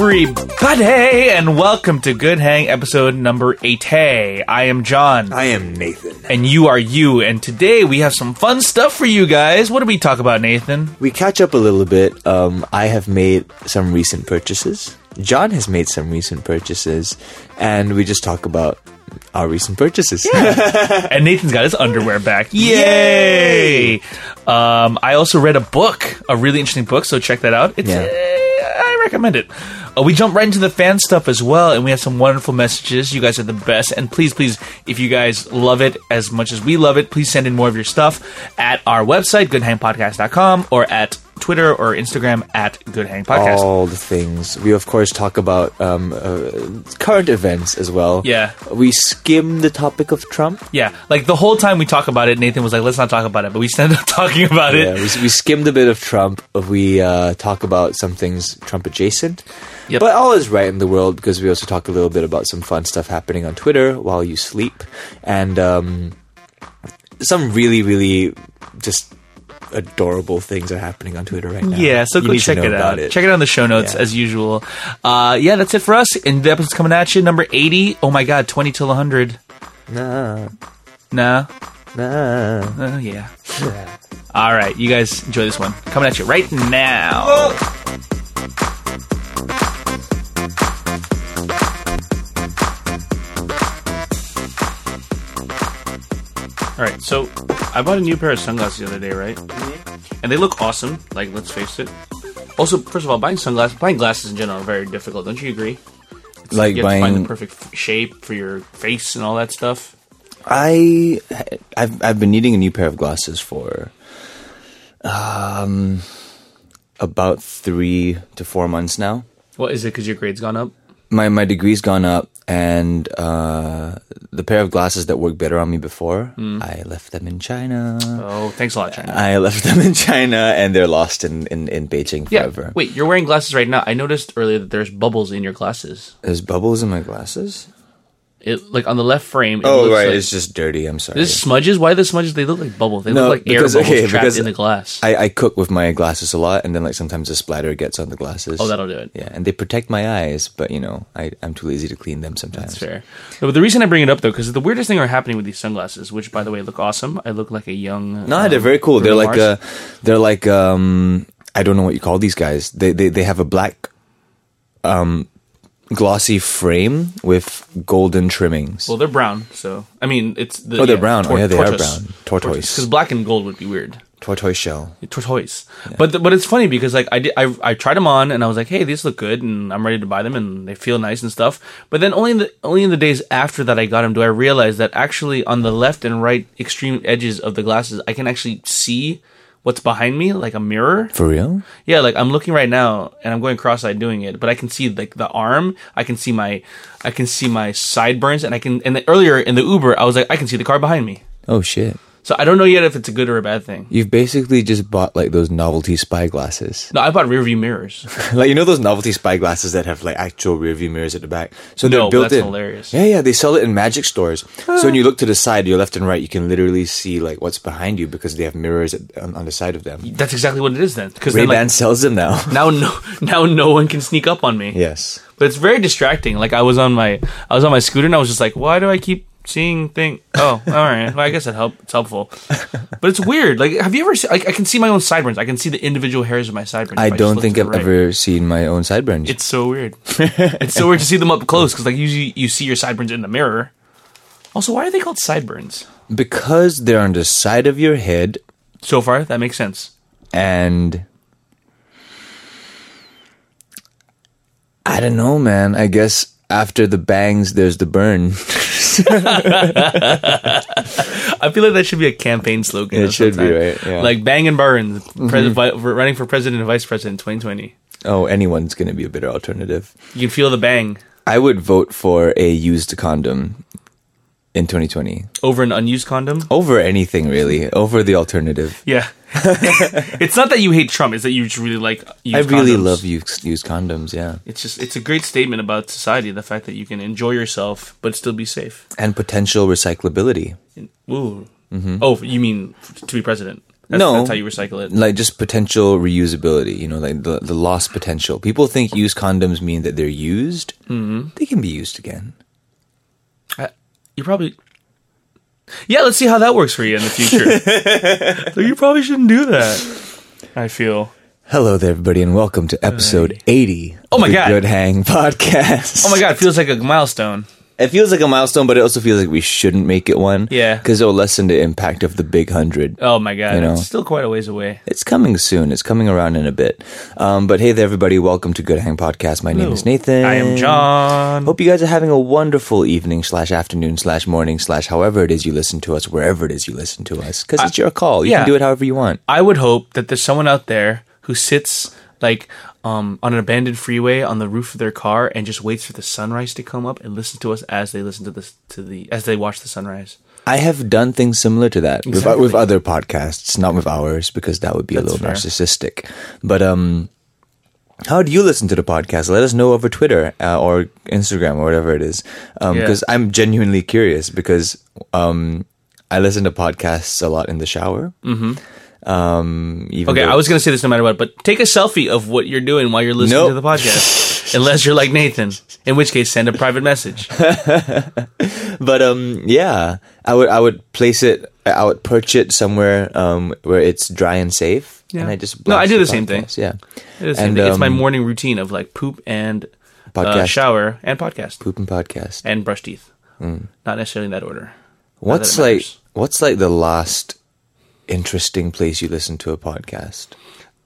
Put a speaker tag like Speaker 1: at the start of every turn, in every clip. Speaker 1: everybody, and welcome to Good Hang episode number eight. Hey, I am John,
Speaker 2: I am Nathan.
Speaker 1: and you are you, and today we have some fun stuff for you guys. What do we talk about, Nathan?
Speaker 2: We catch up a little bit. Um, I have made some recent purchases. John has made some recent purchases, and we just talk about our recent purchases.
Speaker 1: And Nathan's got his underwear back. Yay! Um, I also read a book, a really interesting book, so check that out. It's,
Speaker 2: Yeah.
Speaker 1: eh, I recommend it. Uh, we jump right into the fan stuff as well, and we have some wonderful messages. You guys are the best, and please, please, if you guys love it as much as we love it, please send in more of your stuff at our website, goodhangpodcast.com, or at Twitter or Instagram at goodhangpodcast.
Speaker 2: All the things. We, of course, talk about um, uh, current events as well.
Speaker 1: Yeah.
Speaker 2: We skim the topic of Trump.
Speaker 1: Yeah, like the whole time we talk about it, Nathan was like, let's not talk about it, but we ended up talking about it.
Speaker 2: Yeah, we, we skimmed a bit of Trump. We uh, talk about some things Trump adjacent.
Speaker 1: Yep.
Speaker 2: But all is right in the world because we also talk a little bit about some fun stuff happening on Twitter while you sleep and um, some really, really just adorable things are happening on Twitter right now.
Speaker 1: Yeah, so
Speaker 2: You
Speaker 1: go
Speaker 2: need to
Speaker 1: check
Speaker 2: know
Speaker 1: it
Speaker 2: about
Speaker 1: out. Check it out in the show notes
Speaker 2: Yeah.
Speaker 1: as usual. Uh, yeah, that's it for us. And the episode's coming at you, number 80. Oh my god, 20 till 100.
Speaker 2: Nah,
Speaker 1: Nah.
Speaker 2: nah.
Speaker 1: Oh, yeah. All right, you guys enjoy this one. Coming at you right now.
Speaker 3: All right, so I bought a new pair of sunglasses the other day, right? And they look awesome. Like, let's face it. Also, first of all, buying sunglasses, buying glasses in general, are very difficult. Don't you agree?
Speaker 2: Like
Speaker 3: You have to find
Speaker 4: buying
Speaker 3: the perfect f- shape for your face and all that stuff.
Speaker 4: I I've I've been needing a new pair of glasses for um about 3 to 4 months now.
Speaker 3: What is it? Because your grade's gone up.
Speaker 4: My my degree's gone up and uh the pair of glasses that worked better on me before, I left them in China.
Speaker 3: Hmm. Oh, thanks a lot, China.
Speaker 4: I left them in China and they're lost in in, in Beijing
Speaker 3: yeah.
Speaker 4: forever.
Speaker 3: Wait, you're wearing glasses right now. I noticed earlier that there's bubbles in your glasses.
Speaker 4: There's bubbles in my glasses?
Speaker 3: It like on the left frame. It
Speaker 4: Oh
Speaker 3: looks
Speaker 4: right,
Speaker 3: Like,
Speaker 4: it's just dirty. I'm sorry.
Speaker 3: there's smudges. Why are the smudges? They look like bubbles. They
Speaker 4: No,
Speaker 3: look like
Speaker 4: because-
Speaker 3: air bubbles
Speaker 4: okay,
Speaker 3: trapped
Speaker 4: because
Speaker 3: in the glass.
Speaker 4: I, I cook with my glasses a lot, and then like sometimes a splatter gets on the glasses.
Speaker 3: Oh, that'll do it.
Speaker 4: Yeah, and they protect my eyes, but you know, I, I'm too lazy to clean them sometimes.
Speaker 3: That's fair. No, but the reason I bring it up though, because the weirdest thing are happening with these sunglasses, which by the way look awesome. I look like a young.
Speaker 4: No,
Speaker 3: um,
Speaker 4: they're very cool.
Speaker 3: Bruno
Speaker 4: they're like
Speaker 3: Mars.
Speaker 4: uh, they're like um, I don't know what you call these guys. They they they have a black, um, glossy frame with golden trimmings.
Speaker 3: Well, they're brown. So I mean, it's the,
Speaker 4: Oh, they're brown. Oh, yeah, they are brown. Tortoise.
Speaker 3: Because black and gold would be weird.
Speaker 4: Tortoise shell.
Speaker 3: Tortoise. But the, but it's funny because like I, did, I I tried them on and I was like, hey, these look good and I'm ready to buy them and they feel nice and stuff. But then only in the only in the days after that I got them do I realize that actually on the left and right extreme edges of the glasses I can actually see what's behind me like a mirror.
Speaker 4: For real?
Speaker 3: Yeah, like I'm looking right now and I'm going cross-eyed doing it, but I can see like the arm, I can see my I can see my sideburns and I can and the, earlier in the Uber I was like I can see the car behind me.
Speaker 4: Oh shit!
Speaker 3: So I don't know yet if it's a good or a bad thing.
Speaker 4: You've basically just bought like those novelty spy glasses.
Speaker 3: No, I bought rear view mirrors.
Speaker 4: like you know those novelty spy glasses that have like actual rear view mirrors at the back. So
Speaker 3: No,
Speaker 4: they're built
Speaker 3: that's
Speaker 4: in.
Speaker 3: hilarious. Ah.
Speaker 4: Yeah, yeah, they sell it in magic stores. so when you look to the side, your left and right, you can literally see like what's behind you because they have mirrors at, on, on the side of them.
Speaker 3: That's exactly what it is then. Because
Speaker 4: Ray
Speaker 3: then
Speaker 4: Ban
Speaker 3: like,
Speaker 4: sells them now.
Speaker 3: now no now no one can sneak up on me.
Speaker 4: yes.
Speaker 3: But it's very distracting. Like I was on my I was on my scooter and I was just like, why do I keep seeing thing? Oh, all right. Well, I guess it help. It's helpful. But it's weird. Like, have you ever? Se- like, I can see my own sideburns. I can see the individual hairs of my sideburns.
Speaker 4: I
Speaker 3: if just
Speaker 4: don't
Speaker 3: look
Speaker 4: think
Speaker 3: to
Speaker 4: I've
Speaker 3: the right.
Speaker 4: ever seen my own sideburns.
Speaker 3: It's so weird. it's so weird to see them up close because like usually you see your sideburns in the mirror. Also, why are they called sideburns?
Speaker 4: because they're on the side of your head
Speaker 3: So far, that makes sense.
Speaker 4: and I don't know, man. I guess after the bangs, there's the burn.
Speaker 3: I feel like that should be a campaign slogan.
Speaker 4: It
Speaker 3: of
Speaker 4: should
Speaker 3: some
Speaker 4: be,
Speaker 3: type.
Speaker 4: right? Yeah. Mm-hmm.
Speaker 3: Like bang and burn, pres- vi- running for president and vice president, 2020.
Speaker 4: oh, anyone's going to be a better alternative.
Speaker 3: You can feel the bang
Speaker 4: I would vote for a used condom in 2020
Speaker 3: over an unused condom.
Speaker 4: over anything really, over the alternative.
Speaker 3: Yeah, it's not that you hate Trump; it's that you just really like. Used
Speaker 4: I really
Speaker 3: condoms.
Speaker 4: love used, used condoms, yeah,
Speaker 3: It's just it's a great statement about society: the fact that you can enjoy yourself but still be safe.
Speaker 4: and potential recyclability.
Speaker 3: Ooh. Oh, you mean f- to be president? That's,
Speaker 4: Mm-hmm. No.
Speaker 3: that's how you recycle it.
Speaker 4: like just potential reusability you know like the, the lost potential people think used condoms mean that they're used mm-hmm. they can be used again
Speaker 3: I, Uh, you probably. Yeah, let's see how that works for you in the future. so you probably shouldn't do that. I feel.
Speaker 4: hello there everybody and welcome to episode 80
Speaker 3: Oh my
Speaker 4: of the
Speaker 3: God.
Speaker 4: good hang podcast
Speaker 3: Oh my god, it feels like a milestone.
Speaker 4: it feels like a milestone but it also feels like we shouldn't make it one
Speaker 3: Yeah.
Speaker 4: because it'll lessen the impact of the big hundred
Speaker 3: Oh my god,
Speaker 4: You know.
Speaker 3: it's still quite a ways away.
Speaker 4: It's coming soon. It's coming around in a bit. Um, but hey there, everybody. Welcome to Good Hang Podcast. My name is Nathan.
Speaker 3: I am John.
Speaker 4: Hope you guys are having a wonderful evening slash afternoon slash morning slash however it is you listen to us, wherever it is you listen to us. Because it's your call. You
Speaker 3: yeah.
Speaker 4: can do it however you want.
Speaker 3: I would hope that there's someone out there who sits like um, on an abandoned freeway on the roof of their car and just waits for the sunrise to come up and listen to us as they listen to this to the as they watch the sunrise.
Speaker 4: I have done things similar to that
Speaker 3: Exactly.
Speaker 4: with, with other podcasts, not with ours, because that would be
Speaker 3: That's
Speaker 4: a little
Speaker 3: fair.
Speaker 4: narcissistic. But um, how do you listen to the podcast? Let us know over Twitter uh, or Instagram or whatever it is,
Speaker 3: Yeah.
Speaker 4: because I'm genuinely curious. Because um, I listen to podcasts a lot in the shower. Mm-hmm. Um, even
Speaker 3: Okay,
Speaker 4: though-
Speaker 3: I was gonna say this no matter what, but take a selfie of what you're doing while you're listening
Speaker 4: Nope.
Speaker 3: to the podcast. Unless you're like Nathan, in which case send a private message.
Speaker 4: but um, yeah, I would I would place it. I would perch it somewhere um, where it's dry and safe.
Speaker 3: Yeah.
Speaker 4: And I just
Speaker 3: No, I
Speaker 4: blast
Speaker 3: do the same thing.
Speaker 4: podcast, Yeah,
Speaker 3: It's,
Speaker 4: And,
Speaker 3: it's my
Speaker 4: um,
Speaker 3: morning routine of like poop and uh,
Speaker 4: Podcast.
Speaker 3: shower and podcast
Speaker 4: poop and podcast.
Speaker 3: and brush teeth. Not necessarily in that order. Not that
Speaker 4: What's
Speaker 3: it
Speaker 4: like
Speaker 3: matters.
Speaker 4: what's like the last interesting place you listen to a podcast?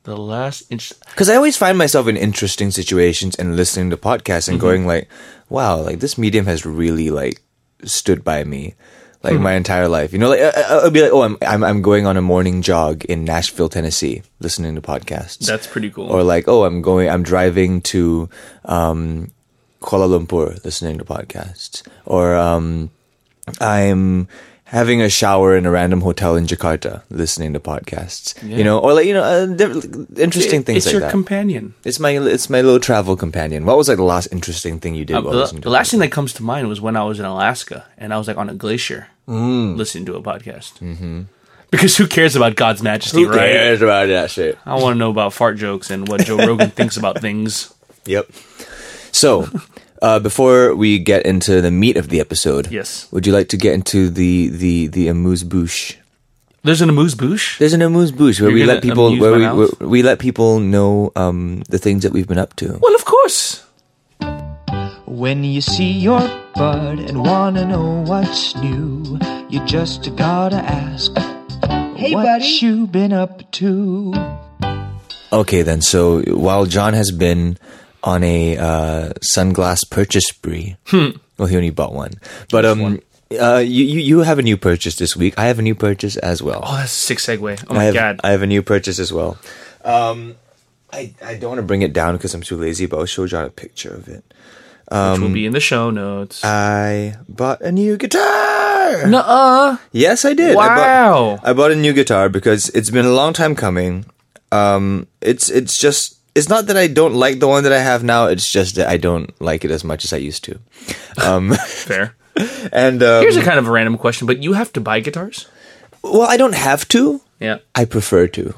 Speaker 3: the last inch?
Speaker 4: Because I always find myself in interesting situations and listening to podcasts
Speaker 3: Mm-hmm.
Speaker 4: and going like, "Wow, like this medium has really like stood by me." Like
Speaker 3: Mm-hmm.
Speaker 4: my entire life, you know, like I- I- I'll be like, oh, I'm, I'm I'm going on a morning jog in Nashville, Tennessee, listening to podcasts.
Speaker 3: That's pretty cool.
Speaker 4: Or like, oh, I'm going, I'm driving to um, Kuala Lumpur, listening to podcasts. Or um, I'm having a shower in a random hotel in Jakarta, listening to podcasts. You know, or like you know, uh, diff-
Speaker 3: It-
Speaker 4: interesting things
Speaker 3: It's
Speaker 4: like
Speaker 3: your
Speaker 4: that.
Speaker 3: companion.
Speaker 4: it's my it's my little travel companion. What was like the last interesting thing you did?
Speaker 3: Uh,
Speaker 4: while
Speaker 3: the,
Speaker 4: listening to
Speaker 3: the last thing that comes to mind was when I was in Alaska and I was like on a glacier
Speaker 4: Mm.
Speaker 3: listening to a podcast. Mm-hmm. Because who cares about God's majesty,
Speaker 4: podcasts? Who
Speaker 3: right?
Speaker 4: cares about that shit?
Speaker 3: I want to know about fart jokes and what Joe Rogan thinks about things.
Speaker 4: Yep. So, uh, before we get into the meat of the episode,
Speaker 3: Yes.
Speaker 4: would you like to get into the the the amuse bouche?
Speaker 3: There's an amuse bouche.
Speaker 4: There's an amuse bouche where
Speaker 3: You're
Speaker 4: we
Speaker 3: gonna
Speaker 4: let people
Speaker 3: amuse my
Speaker 4: where we,
Speaker 3: mouth?
Speaker 4: where we let people know um, the things that we've been up to.
Speaker 3: Well, of course.
Speaker 5: When you see your bud and wanna know what's new, you just gotta ask. Hey, what
Speaker 6: buddy.
Speaker 5: you been up to?
Speaker 4: Okay, then. So while John has been on a uh, sunglass purchase spree,
Speaker 3: Hmm.
Speaker 4: well, he only bought one, but um, Uh, you you you have a new purchase this week. I have a new purchase as well.
Speaker 3: Oh, that's a sick segue. Oh my
Speaker 4: I have,
Speaker 3: god.
Speaker 4: I have a new purchase as well. Um, I, I don't want to bring it down because I'm too lazy, but I'll show John a picture of it.
Speaker 3: Which
Speaker 4: um,
Speaker 3: will be in the show notes.
Speaker 4: uh, I bought a new guitar.
Speaker 3: Nuh-uh.
Speaker 4: Yes, I did. I
Speaker 3: Wow.
Speaker 4: bought, I bought a new guitar because it's been a long time coming. Um, it's it's just it's not that I don't like the one that I have now. It's just that I don't like it as much as I used to. Um,
Speaker 3: Fair.
Speaker 4: and um,
Speaker 3: Here's a kind of a random question, but you have to buy guitars?
Speaker 4: well, I don't have to.
Speaker 3: Yeah.
Speaker 4: I prefer to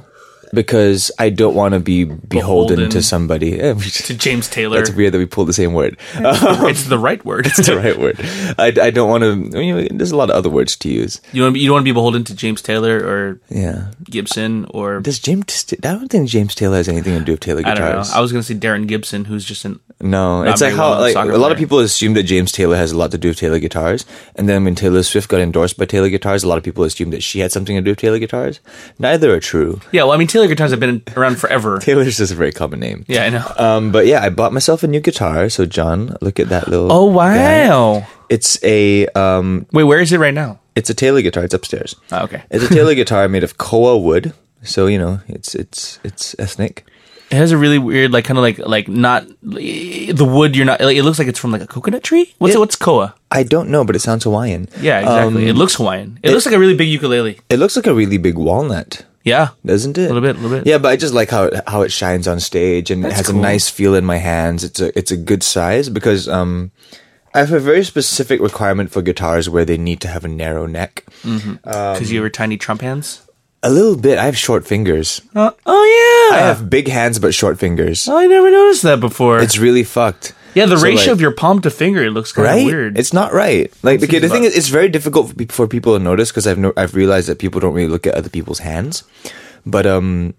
Speaker 4: because I don't want to be beholden,
Speaker 3: Beholden.
Speaker 4: to somebody.
Speaker 3: To James Taylor.
Speaker 4: That's weird that we pulled the same word.
Speaker 3: it's the right word.
Speaker 4: It's the right word. I, I don't want to. You know, there's a lot of other words to use.
Speaker 3: You want to be, you don't want to be beholden to James Taylor or
Speaker 4: Yeah.
Speaker 3: Gibson or
Speaker 4: Does James? I don't think James Taylor has anything to do with Taylor
Speaker 3: I don't
Speaker 4: guitars.
Speaker 3: know. I was gonna say Darren Gibson, who's just an
Speaker 4: no,
Speaker 3: Not
Speaker 4: it's like
Speaker 3: very
Speaker 4: how
Speaker 3: well-known
Speaker 4: like
Speaker 3: soccer
Speaker 4: a lot of
Speaker 3: player.
Speaker 4: people assume that James Taylor has a lot to do with Taylor guitars, and then when Taylor Swift got endorsed by Taylor guitars, a lot of people assume that she had something to do with Taylor guitars. Neither are true.
Speaker 3: yeah. Well, I mean Taylor guitars have been around forever.
Speaker 4: Taylor's just a very common name.
Speaker 3: yeah, I know.
Speaker 4: Um, but yeah, I bought myself a new guitar. So John, look at that little.
Speaker 3: oh wow!
Speaker 4: It's a um,
Speaker 3: Wait, where is it right now?
Speaker 4: it's a Taylor guitar. It's upstairs.
Speaker 3: Ah, okay.
Speaker 4: It's a Taylor guitar made of koa wood, so you know it's it's it's ethnic.
Speaker 3: It has a really weird, like kind of like like not the wood. You're not. Like, it looks like it's from like a coconut tree. What's
Speaker 4: It-
Speaker 3: it, what's koa?
Speaker 4: I don't know, but it sounds Hawaiian. Um,
Speaker 3: Yeah, exactly. it looks Hawaiian. It, looks like a really big ukulele.
Speaker 4: It looks like a really big walnut,
Speaker 3: Yeah,
Speaker 4: doesn't it? A
Speaker 3: Little bit, little bit.
Speaker 4: Yeah, but I just like how it, how it shines on stage and it has a nice feel in my hands. It's a it's a good size because um. I have a very specific requirement for guitars where they need to have a narrow neck.
Speaker 3: Um, because you have tiny trump hands.
Speaker 4: A little bit. I have short fingers.
Speaker 3: Uh, oh yeah,
Speaker 4: I have big hands but short fingers.
Speaker 3: Oh, I never noticed that before.
Speaker 4: It's really fucked.
Speaker 3: yeah, the
Speaker 4: so,
Speaker 3: ratio
Speaker 4: like-
Speaker 3: of your palm to finger looks kind of
Speaker 4: right?
Speaker 3: weird.
Speaker 4: It's not right. Like okay,
Speaker 3: about
Speaker 4: the thing is, it's very difficult for, pe- for people to notice because I've no, I've realized that people don't really look at other people's hands, but um,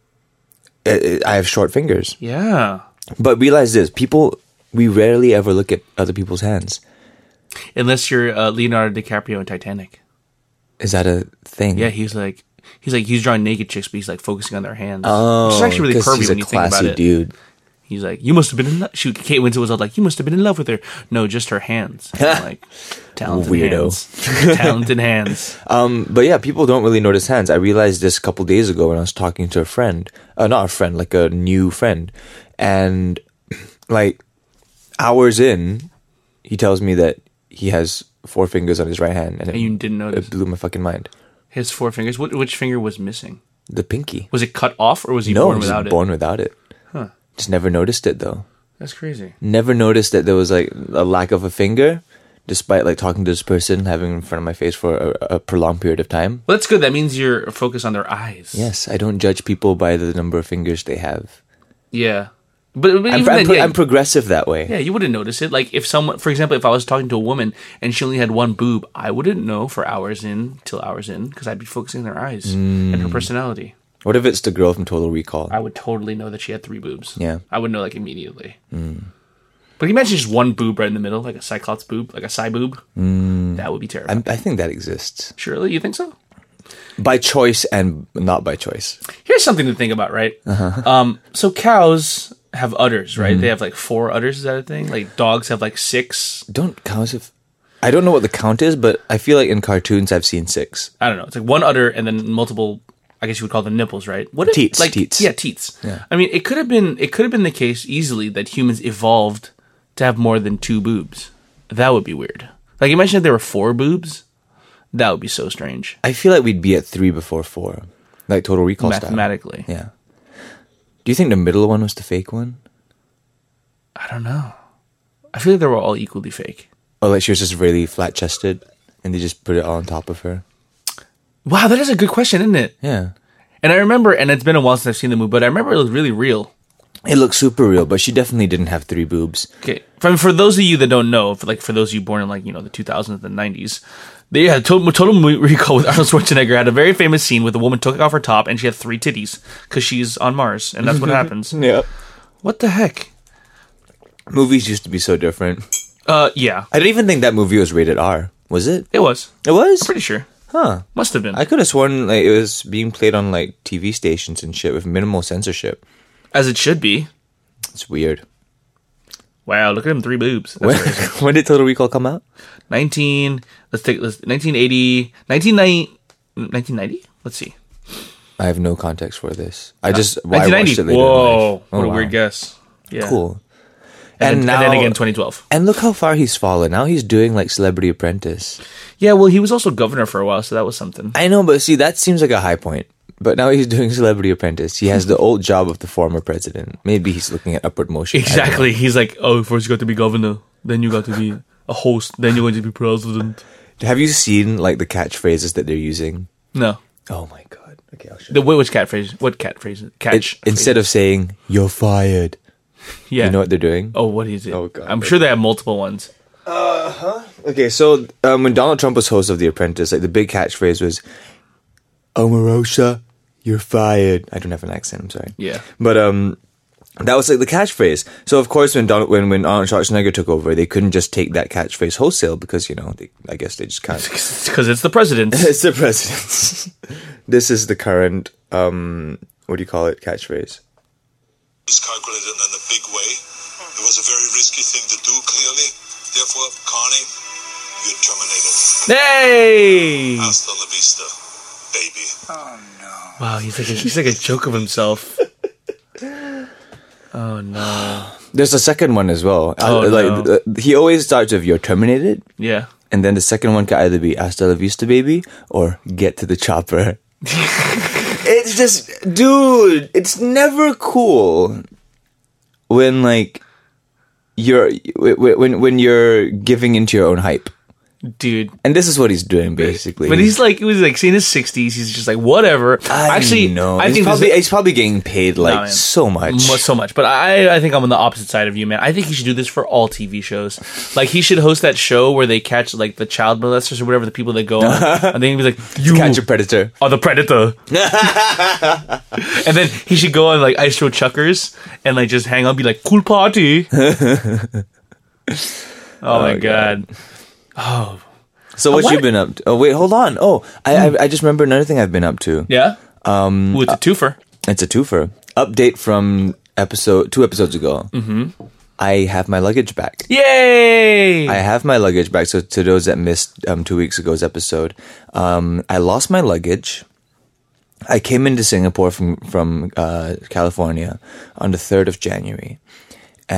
Speaker 4: eh, i I I have short fingers.
Speaker 3: yeah,
Speaker 4: But realize this: people we rarely ever look at other people's hands.
Speaker 3: unless you're uh, Leonardo DiCaprio in Titanic.
Speaker 4: Is that a thing?
Speaker 3: Yeah, he's like he's like he's drawing naked chicks, but he's like focusing on their hands. Oh, which is actually really
Speaker 4: 'Cause
Speaker 3: pervy
Speaker 4: he's
Speaker 3: when
Speaker 4: a
Speaker 3: you think about
Speaker 4: classy
Speaker 3: it.
Speaker 4: dude.
Speaker 3: He's like, you must have been in love. Shoot, Kate Winslet was all like, you must have been in love with her. No, just her hands. I'm like talented
Speaker 4: Weirdo.
Speaker 3: hands. talented hands.
Speaker 4: Um, but yeah, people don't really notice hands. I realized this a couple days ago when I was talking to a friend, uh, not a friend, like a new friend, and like hours in, he tells me that he has four fingers on his right hand, and,
Speaker 3: And you didn't notice
Speaker 4: it blew my fucking mind.
Speaker 3: his four fingers. What, which finger was missing?
Speaker 4: The pinky.
Speaker 3: Was it cut off, or was he
Speaker 4: no,
Speaker 3: born
Speaker 4: he's
Speaker 3: without
Speaker 4: born without it. Just never noticed it though.
Speaker 3: it? That's crazy.
Speaker 4: Never noticed that there was like a lack of a finger, despite like talking to this person, having it in front of my face for a, a prolonged period of time.
Speaker 3: Well, that's good. That means you're focused on their eyes.
Speaker 4: Yes, I don't judge people by the number of fingers they have.
Speaker 3: Yeah. But, but
Speaker 4: I'm,
Speaker 3: even
Speaker 4: I'm
Speaker 3: then,
Speaker 4: pro-
Speaker 3: yeah,
Speaker 4: I'm progressive that way.
Speaker 3: yeah, you wouldn't notice it. Like if someone, for example, if I was talking to a woman and she only had one boob, I wouldn't know for hours in till hours in because I'd be focusing on their eyes and
Speaker 4: Mm.
Speaker 3: her personality.
Speaker 4: What if it's the girl from Total Recall?
Speaker 3: I would totally know that she had three boobs.
Speaker 4: Yeah. Mm.
Speaker 3: I would know like immediately. But can you imagine just one boob right in the middle, like a cyclops boob, like a cy boob. That would be terrible.
Speaker 4: I'm, Mm. I think that exists
Speaker 3: Surely you think so?
Speaker 4: by choice and not by choice.
Speaker 3: Here's something to think about, right?
Speaker 4: Uh-huh.
Speaker 3: Um, so cows have udders,
Speaker 4: Mm-hmm.
Speaker 3: right? They have like four udders. Is that a thing? Like dogs have like six.
Speaker 4: Don't cows have? I don't know what the count is, but I feel like in cartoons I've seen six.
Speaker 3: I don't know. It's like one udder and then multiple. I guess you would call them nipples, right? What if,
Speaker 4: Teats,
Speaker 3: Like,
Speaker 4: teats.
Speaker 3: Yeah, teats. I mean, it could have been. It could have been the case easily that humans evolved to have more than two boobs. That would be weird. Like imagine if there were four boobs. That would be so strange
Speaker 4: I feel like we'd be at three before four, like Total Recall style.
Speaker 3: mathematically.
Speaker 4: Yeah. Do you think the middle one was the fake one?
Speaker 3: I don't know. I feel like they were all equally fake.
Speaker 4: Oh, like she was just really flat chested, and they just put it all on top of her.
Speaker 3: Wow, that is a good question, isn't it?
Speaker 4: Yeah.
Speaker 3: And I remember, and it's been a while since I've seen the movie, but I remember it was really real.
Speaker 4: It looked super real, but she definitely didn't have three boobs.
Speaker 3: Okay, for, for those of you that don't know, for like for those of you born in like you know the 2000s and 90s, they had total, total Mo- recall with Arnold Schwarzenegger had a very famous scene where the woman took off her top and she had three titties because she's on Mars and that's what happens.
Speaker 4: Yeah.
Speaker 3: What the heck?
Speaker 4: Movies used to be so different.
Speaker 3: Uh, yeah,
Speaker 4: I don't even think that movie was rated R. Was it?
Speaker 3: it was
Speaker 4: It was.
Speaker 3: pretty sure.
Speaker 4: Huh.
Speaker 3: Must have been
Speaker 4: I could have sworn like it was being played on like TV stations and shit with minimal censorship.
Speaker 3: as it should be.
Speaker 4: It's weird.
Speaker 3: Wow, look at him three boobs. That's
Speaker 4: When, when did Total Recall come out?
Speaker 3: 19 let's take let's 1980 1990 1990 let's see
Speaker 4: I have no context for this. I just well, I watched
Speaker 3: 1990
Speaker 4: it later. in
Speaker 3: whoa
Speaker 4: life. Oh,
Speaker 3: what a
Speaker 4: wow.
Speaker 3: weird guess yeah
Speaker 4: Cool.
Speaker 3: and,
Speaker 4: And,
Speaker 3: then-
Speaker 4: now
Speaker 3: and then again 2012
Speaker 4: and look how far he's fallen. Now he's doing like Celebrity Apprentice.
Speaker 3: yeah well he was also governor for a while so that was something
Speaker 4: I know, but see that seems like a high point. But now he's doing Celebrity Apprentice. He has the old job of the former president. Maybe he's looking at upward motion. I don't know.
Speaker 3: exactly he's like oh first you got to be governor then you got to be a host then you're going to be president
Speaker 4: Have you seen like the catchphrases that they're using?
Speaker 3: no
Speaker 4: Oh my god. Okay, I'll show
Speaker 3: the wait, which cat phrase what cat phrase catch
Speaker 4: It, instead of saying "you're fired,"
Speaker 3: yeah
Speaker 4: you know what they're doing.
Speaker 3: oh what is it
Speaker 4: Oh, God.
Speaker 3: i'm sure they have multiple ones
Speaker 4: Okay, so um, when Donald Trump was host of The Apprentice, like the big catchphrase was "Omarosa, you're fired." I don't have an accent. I'm sorry.
Speaker 3: Yeah.
Speaker 4: but um, that was like the catchphrase. So of course, when Donald, when when Arnold Schwarzenegger took over, they couldn't just take that catchphrase wholesale because you know they, I guess they just can't.
Speaker 3: because it's the president
Speaker 4: it's the president. this is the current um, what do you call it catchphrase?
Speaker 7: miscalculated in a big way. It was a very risky thing to do, clearly. Therefore, Connie, you're terminated.
Speaker 3: hey
Speaker 7: Hasta la vista, baby.
Speaker 3: wow he's like a, he's like a joke of himself oh no
Speaker 4: There's a second one as well.
Speaker 3: Oh,
Speaker 4: Uh, like
Speaker 3: no.
Speaker 4: uh, he always starts with "You're terminated."
Speaker 3: yeah
Speaker 4: And then the second one could either be Hasta la Vista Baby or Get to the Chopper. it's just, dude, it's never cool when like you're when when when you're giving into your own hype.
Speaker 3: dude.
Speaker 4: And this is what he's doing basically.
Speaker 3: But he's like, he was like, see, in his sixties, he's just like, whatever.
Speaker 4: I
Speaker 3: Actually,
Speaker 4: no,
Speaker 3: I
Speaker 4: he's
Speaker 3: think
Speaker 4: probably
Speaker 3: this
Speaker 4: he's probably getting paid like
Speaker 3: Nah, man.
Speaker 4: so much.
Speaker 3: mu- so much, but I, I think I'm on the opposite side of you, man. I think he should do this for all TV shows. Like he should host that show where they catch like the child molesters or whatever the people that go on, and then he'd be like, you
Speaker 4: Catch a predator.
Speaker 3: are the predator. and then he should go on like Ice Road Chuckers and like just hang on, be like, cool party. oh, my god.
Speaker 4: So what,
Speaker 3: what-
Speaker 4: you been up to? Oh wait, hold on. Oh, I, I I just remember another thing I've been up to.
Speaker 3: Yeah. Um, Ooh, it's a twofer.
Speaker 4: It's a twofer. Update from episode two episodes ago. Mm-hmm. I have my luggage back.
Speaker 3: Yay!
Speaker 4: I have my luggage back. So to those that missed um, two weeks ago's episode, um, I lost my luggage. I came into Singapore from from uh, California on the third of January,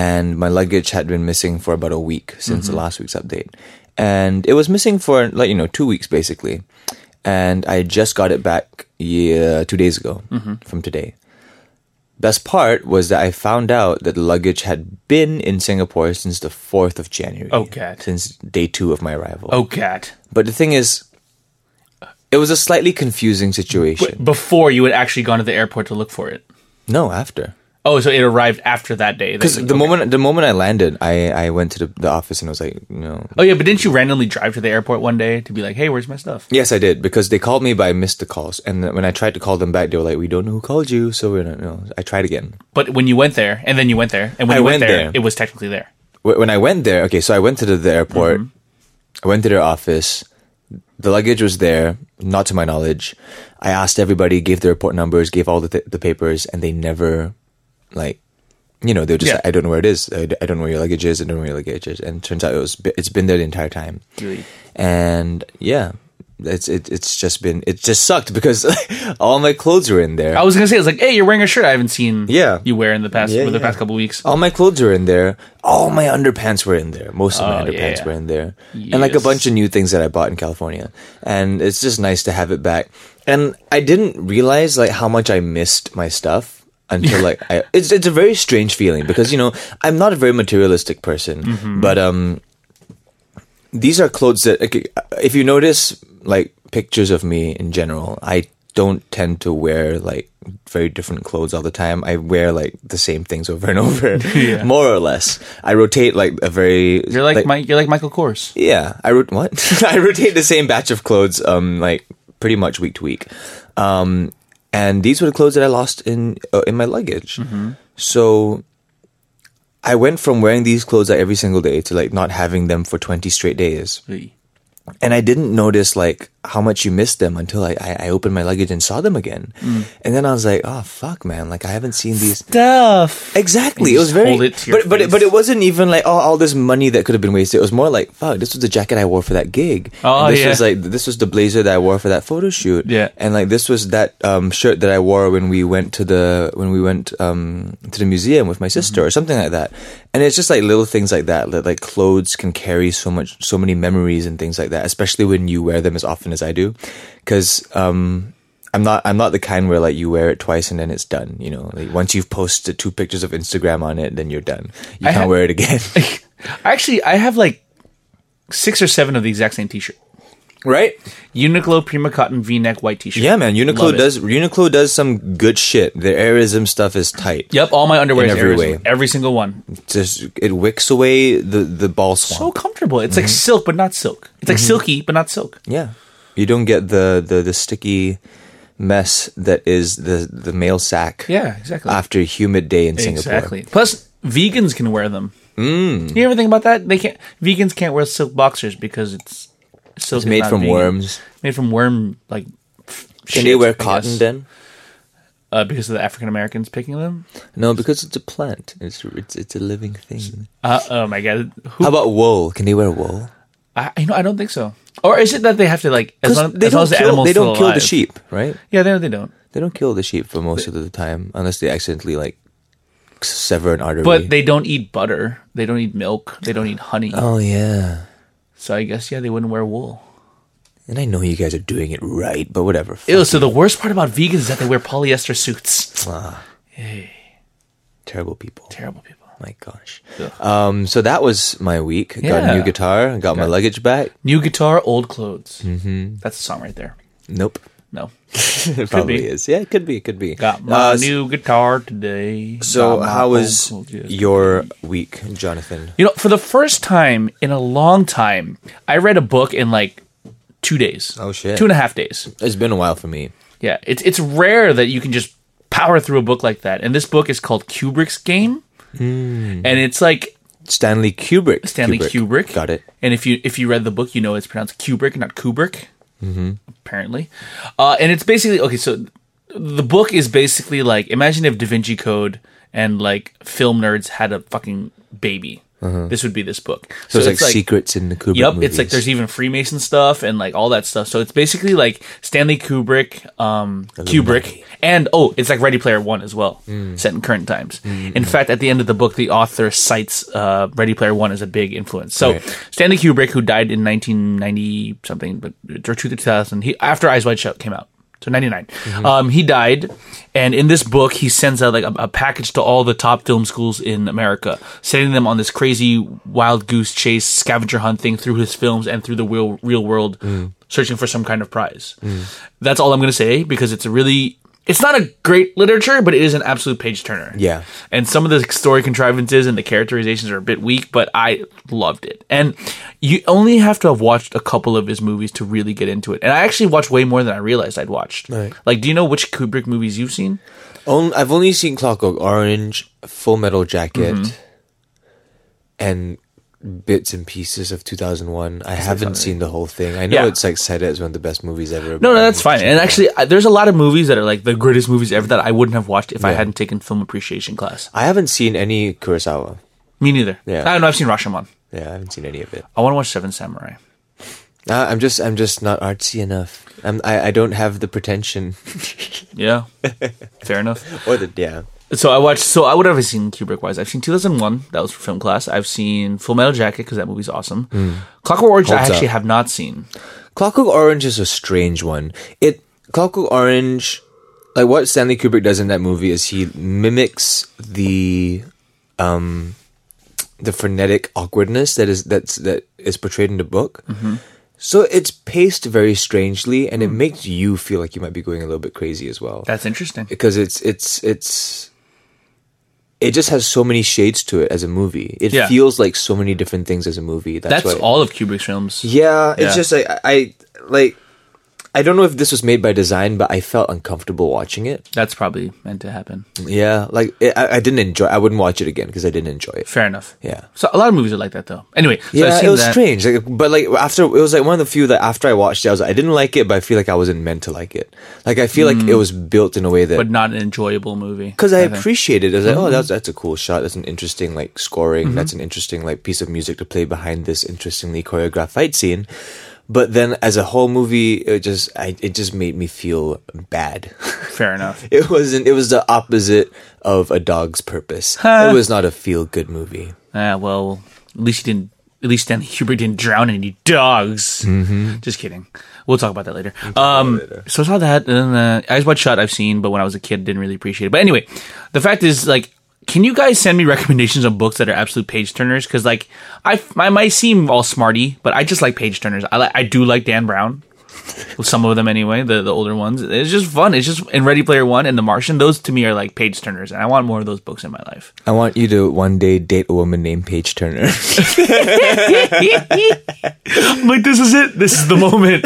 Speaker 4: and my luggage had been missing for about a week since
Speaker 3: Mm-hmm.
Speaker 4: the last week's update, and it was missing for like you know two weeks basically, and I just got it back yeah two days ago
Speaker 3: Mm-hmm.
Speaker 4: from today. Best part was that I found out that the luggage had been in Singapore since the 4th of January.
Speaker 3: Oh, God.
Speaker 4: Since day two of my arrival.
Speaker 3: oh god.
Speaker 4: But the thing is, it was a slightly confusing situation.
Speaker 3: Before you had actually gone to the airport to look for it.
Speaker 4: no, after.
Speaker 3: Oh, so it arrived after that day.
Speaker 4: Because
Speaker 3: That-
Speaker 4: the
Speaker 3: okay.
Speaker 4: moment the moment I landed, I, I went to the, the office and I was like, you know.
Speaker 3: Oh yeah, but didn't you randomly drive to the airport one day to be like, "Hey, where's my stuff?"
Speaker 4: Yes, I did because they called me, but I missed the calls. And then when I tried to call them back, they were like, "We don't know who called you," so we're not. No. I tried again.
Speaker 3: But when you went there, and then you went there, and when
Speaker 4: I
Speaker 3: you went,
Speaker 4: went
Speaker 3: there,
Speaker 4: there.
Speaker 3: it was technically there.
Speaker 4: Wh- when I went there, okay, so I went to the, the airport. I went to their office. The luggage was there, not to my knowledge. I asked everybody, gave the report numbers, gave all the th- the papers, and they never, like, you know, they were just
Speaker 3: Yeah.
Speaker 4: like, I don't know where it is. I, d- I don't know where your luggage is. I don't know where your luggage is. And turns out it was bi- it's been there the entire time.
Speaker 3: Really?
Speaker 4: And yeah, it's it, it's just been it just sucked because all my clothes were in there.
Speaker 3: I was gonna say, I was like, "Hey, you're wearing a shirt I haven't seen
Speaker 4: Yeah.
Speaker 3: you wear in the past
Speaker 4: Yeah,
Speaker 3: for the
Speaker 4: yeah. Oh,
Speaker 3: past couple weeks."
Speaker 4: All my clothes were in there. All my underpants were in there. Most of my
Speaker 3: Oh,
Speaker 4: underpants
Speaker 3: yeah.
Speaker 4: were in there. And like a
Speaker 3: Yes.
Speaker 4: bunch of new things that I bought in California. And it's just nice to have it back. And I didn't realize like how much I missed my stuff until like I it's it's a very strange feeling because you know, I'm not a very materialistic person,
Speaker 3: Mm-hmm.
Speaker 4: but um these are clothes that okay, if you notice like pictures of me in general i don't tend to wear like very different clothes all the time i wear like the same things over and over more or less i rotate like a very
Speaker 3: You're like, Mike. You're like Michael Kors.
Speaker 4: yeah i rot what i rotate the same batch of clothes um like pretty much week to week um and these were the clothes that i lost in uh, in my luggage
Speaker 3: Mm-hmm.
Speaker 4: so i went from wearing these clothes like every single day to like not having them for 20 straight days and I didn't notice like how much you missed them until I, I, I opened my luggage and saw them again.
Speaker 3: Mm.
Speaker 4: And then I was like, oh fuck, man! Like I haven't seen these.
Speaker 3: Stuff.
Speaker 4: Exactly,
Speaker 3: You
Speaker 4: it was
Speaker 3: just
Speaker 4: very.
Speaker 3: hold it to your
Speaker 4: but but it,
Speaker 3: face.
Speaker 4: but it wasn't even like oh all this money that could have been wasted. It was more like fuck, this was the jacket I wore for that gig.
Speaker 3: Oh,
Speaker 4: And this
Speaker 3: yeah.
Speaker 4: was like this was the blazer that I wore for that photo shoot.
Speaker 3: Yeah.
Speaker 4: and like this was that um, shirt that I wore when we went to the when we went um, to the museum with my
Speaker 3: Mm-hmm.
Speaker 4: sister or something like that. And it's just like little things like that that like clothes can carry so much so many memories and things like that, especially when you wear them as often as I do, because. Um, I'm not. I'm not the kind where like you wear it twice and then it's done. You know, like once you've posted two pictures of Instagram on it, then you're done. You can't
Speaker 3: ha-
Speaker 4: wear it again,
Speaker 3: Actually, I have like six or seven of the exact same T-shirt.
Speaker 4: right?
Speaker 3: Uniqlo Prima Cotton V-neck white T-shirt.
Speaker 4: Yeah, man.
Speaker 3: Love
Speaker 4: Uniqlo
Speaker 3: it.
Speaker 4: does. Uniqlo does some good shit. Their aerism stuff is tight.
Speaker 3: Yep, all my underwear
Speaker 4: In
Speaker 3: is
Speaker 4: every
Speaker 3: every,
Speaker 4: way. Mm-hmm.
Speaker 3: every single one.
Speaker 4: Just it wicks away the the ball swamp.
Speaker 3: So comfortable. It's
Speaker 4: Mm-hmm.
Speaker 3: like silk, but not silk. It's like silky, but not silk.
Speaker 4: yeah, you don't get the the the sticky mess that is the the male sack.
Speaker 3: Yeah, exactly.
Speaker 4: After a humid day in Singapore.
Speaker 3: Exactly. Plus, vegans can wear them. Mm. You ever think about that? They can't. Vegans can't wear silk boxers because it's silk is
Speaker 4: It's made
Speaker 3: not
Speaker 4: from
Speaker 3: vegan.
Speaker 4: worms.
Speaker 3: Made from worm like. f-
Speaker 4: Can
Speaker 3: shit,
Speaker 4: they wear
Speaker 3: I
Speaker 4: cotton
Speaker 3: guess.
Speaker 4: then?
Speaker 3: Uh, because of the African Americans picking them.
Speaker 4: No, because it's a plant. It's it's, it's a living thing.
Speaker 3: Uh, oh my god! Who,
Speaker 4: How about wool? Can they wear wool?
Speaker 3: I, I know. I don't think so. Or is it that they have to like as long,
Speaker 4: they
Speaker 3: as, long as the
Speaker 4: don't kill,
Speaker 3: animals
Speaker 4: they don't
Speaker 3: still
Speaker 4: kill the
Speaker 3: alive.
Speaker 4: sheep, right?
Speaker 3: Yeah, they they don't.
Speaker 4: They don't kill the sheep for most of the time, unless they accidentally like sever an artery.
Speaker 3: But they don't eat butter. They don't eat milk. They don't eat honey.
Speaker 4: oh yeah,
Speaker 3: So I guess yeah, they wouldn't wear wool.
Speaker 4: and I know you guys are doing it right, but whatever. F-
Speaker 3: Ew, so the worst part about vegans is that they wear polyester suits.
Speaker 4: Terrible people.
Speaker 3: Terrible people.
Speaker 4: My gosh. Um, so that was my week. Got
Speaker 3: Yeah.
Speaker 4: a new guitar. Got my luggage back.
Speaker 3: New guitar, old clothes. Mm-hmm. That's a song right there.
Speaker 4: Nope.
Speaker 3: No.
Speaker 4: It probably
Speaker 3: be.
Speaker 4: is. Yeah, it could be. It could be.
Speaker 3: Got my
Speaker 4: Uh, s-
Speaker 3: new guitar today.
Speaker 4: So
Speaker 3: Got my
Speaker 4: how
Speaker 3: old
Speaker 4: was
Speaker 3: clothes yesterday.
Speaker 4: your week, Jonathan?
Speaker 3: You know, for the first time in a long time, I read a book in like two days.
Speaker 4: Oh, shit.
Speaker 3: Two and a half days.
Speaker 4: It's been a while for me.
Speaker 3: Yeah, it's it's rare that you can just power through a book like that. And this book is called Kubrick's Game,
Speaker 4: Hmm.
Speaker 3: and it's like
Speaker 4: Stanley Kubrick.
Speaker 3: Stanley Kubrick.
Speaker 4: Got it.
Speaker 3: And if you if you read the book, you know it's pronounced Kubrick, not Kubrick. Mm-hmm. Apparently, uh, and it's basically okay. So the book is basically like imagine if Da Vinci Code and like film nerds had a fucking baby. This would be this book.
Speaker 4: Uh-huh. So, it's, like, secrets in the Kubrick.
Speaker 3: Yep,
Speaker 4: movies.
Speaker 3: it's like there's even Freemason stuff and like all that stuff. So it's basically like Stanley Kubrick, um, Kubrick, and oh, it's like Ready Player One as well, set in current times. In fact, at the end of the book, the author cites uh, Ready Player One as a big influence. So Stanley Kubrick, who died in 1990 something, but or 2000, he after Eyes Wide Shut came out. So 99. Um, he died, and in this book, he sends out like a, a package to all the top film schools in America, sending them on this crazy wild goose chase, scavenger hunt thing through his films and through the real real world, searching for some kind of prize.
Speaker 4: Mm.
Speaker 3: That's all I'm gonna say because it's a really it's not a great literature, but it is an absolute page turner.
Speaker 4: Yeah.
Speaker 3: And some of the story contrivances and the characterizations are a bit weak, but I loved it. And you only have to have watched a couple of his movies to really get into it. And I actually watched way more than I realized I'd watched. Like, do you know which Kubrick movies you've seen?
Speaker 4: Only, I've only seen Clockwork Orange, Full Metal Jacket,
Speaker 3: Mm-hmm.
Speaker 4: and bits and pieces of 2001. I haven't seen the whole thing. I know
Speaker 3: Yeah.
Speaker 4: it's like cited as one of the best movies ever.
Speaker 3: No, no, that's fine. And actually, I, there's a lot of movies that are like the greatest movies ever that I wouldn't have watched if I hadn't taken film appreciation class.
Speaker 4: I haven't seen any Kurosawa.
Speaker 3: Me neither.
Speaker 4: Yeah.
Speaker 3: I don't know. I've seen Rashomon.
Speaker 4: Yeah, I haven't seen any of it.
Speaker 3: I want to watch Seven Samurai.
Speaker 4: Nah, I'm just, I'm just not artsy enough. I'm, I, I don't have the pretension
Speaker 3: Yeah. Fair enough.
Speaker 4: or the yeah.
Speaker 3: So I watched. So I would have seen Kubrick wise. I've seen 2001. That was for film class. I've seen Full Metal Jacket because that movie's awesome.
Speaker 4: Hmm.
Speaker 3: Clockwork Orange. I
Speaker 4: Holds
Speaker 3: actually
Speaker 4: up.
Speaker 3: have not seen.
Speaker 4: Clockwork Orange is a strange one. It Clockwork Orange, like what Stanley Kubrick does in that movie is he mimics the um the frenetic awkwardness that is that's that is portrayed in the book.
Speaker 3: Mm-hmm.
Speaker 4: So it's paced very strangely,
Speaker 3: Mm.
Speaker 4: and it makes you feel like you might be going a little bit crazy as well
Speaker 3: That's interesting.
Speaker 4: because it's it's it's it just has so many shades to it as a movie. It
Speaker 3: Yeah.
Speaker 4: feels like so many different things as a movie. That's,
Speaker 3: That's
Speaker 4: why
Speaker 3: all of Kubrick's films.
Speaker 4: yeah,
Speaker 3: Yeah.
Speaker 4: it's just like I, I like I don't know if this was made by design, but I felt uncomfortable watching it.
Speaker 3: That's probably meant to happen.
Speaker 4: Yeah, like it, I, I didn't enjoy. I wouldn't watch it again because I didn't enjoy it.
Speaker 3: Fair enough.
Speaker 4: Yeah.
Speaker 3: So a lot of movies are like that though. Anyway. So I've
Speaker 4: Yeah,
Speaker 3: seen
Speaker 4: it was
Speaker 3: that.
Speaker 4: strange. Like, but like after it was like one of the few that after I watched it, I was like, I didn't like it, but I feel like I wasn't meant to like it. Like I feel like it was built in a way
Speaker 3: Mm. but
Speaker 4: that
Speaker 3: not an enjoyable movie.
Speaker 4: because I
Speaker 3: think. Mm-hmm.
Speaker 4: appreciated. it. I was like, oh, that's that's a cool shot. That's an interesting like scoring. That's an interesting like piece of music to play behind this interestingly choreographed fight scene. But then as a whole movie, it just I, it just made me feel bad.
Speaker 3: Fair enough.
Speaker 4: It wasn't. It was the opposite of a dog's purpose. It was not a feel good movie.
Speaker 3: Ah, well, at least he didn't. At least Stanley Kubrick didn't drown any dogs. Just kidding. Mm-hmm. We'll talk about that later. um, so I saw that, and then uh, Eyes Wide Shut I've seen, but when I was a kid, didn't really appreciate it. But anyway, the fact is, like, can you guys send me recommendations of books that are absolute page turners? Because like, I, I might seem all smarty, but I just like page turners. I li- I do like Dan Brown. Some of them, anyway, the, the older ones. It's just fun. It's just in Ready Player One and The Martian. Those to me are like page turners, and I want more of those books in my life.
Speaker 4: I want you to one day date a woman named Paige Turner.
Speaker 3: I'm like, this is it. This is the moment.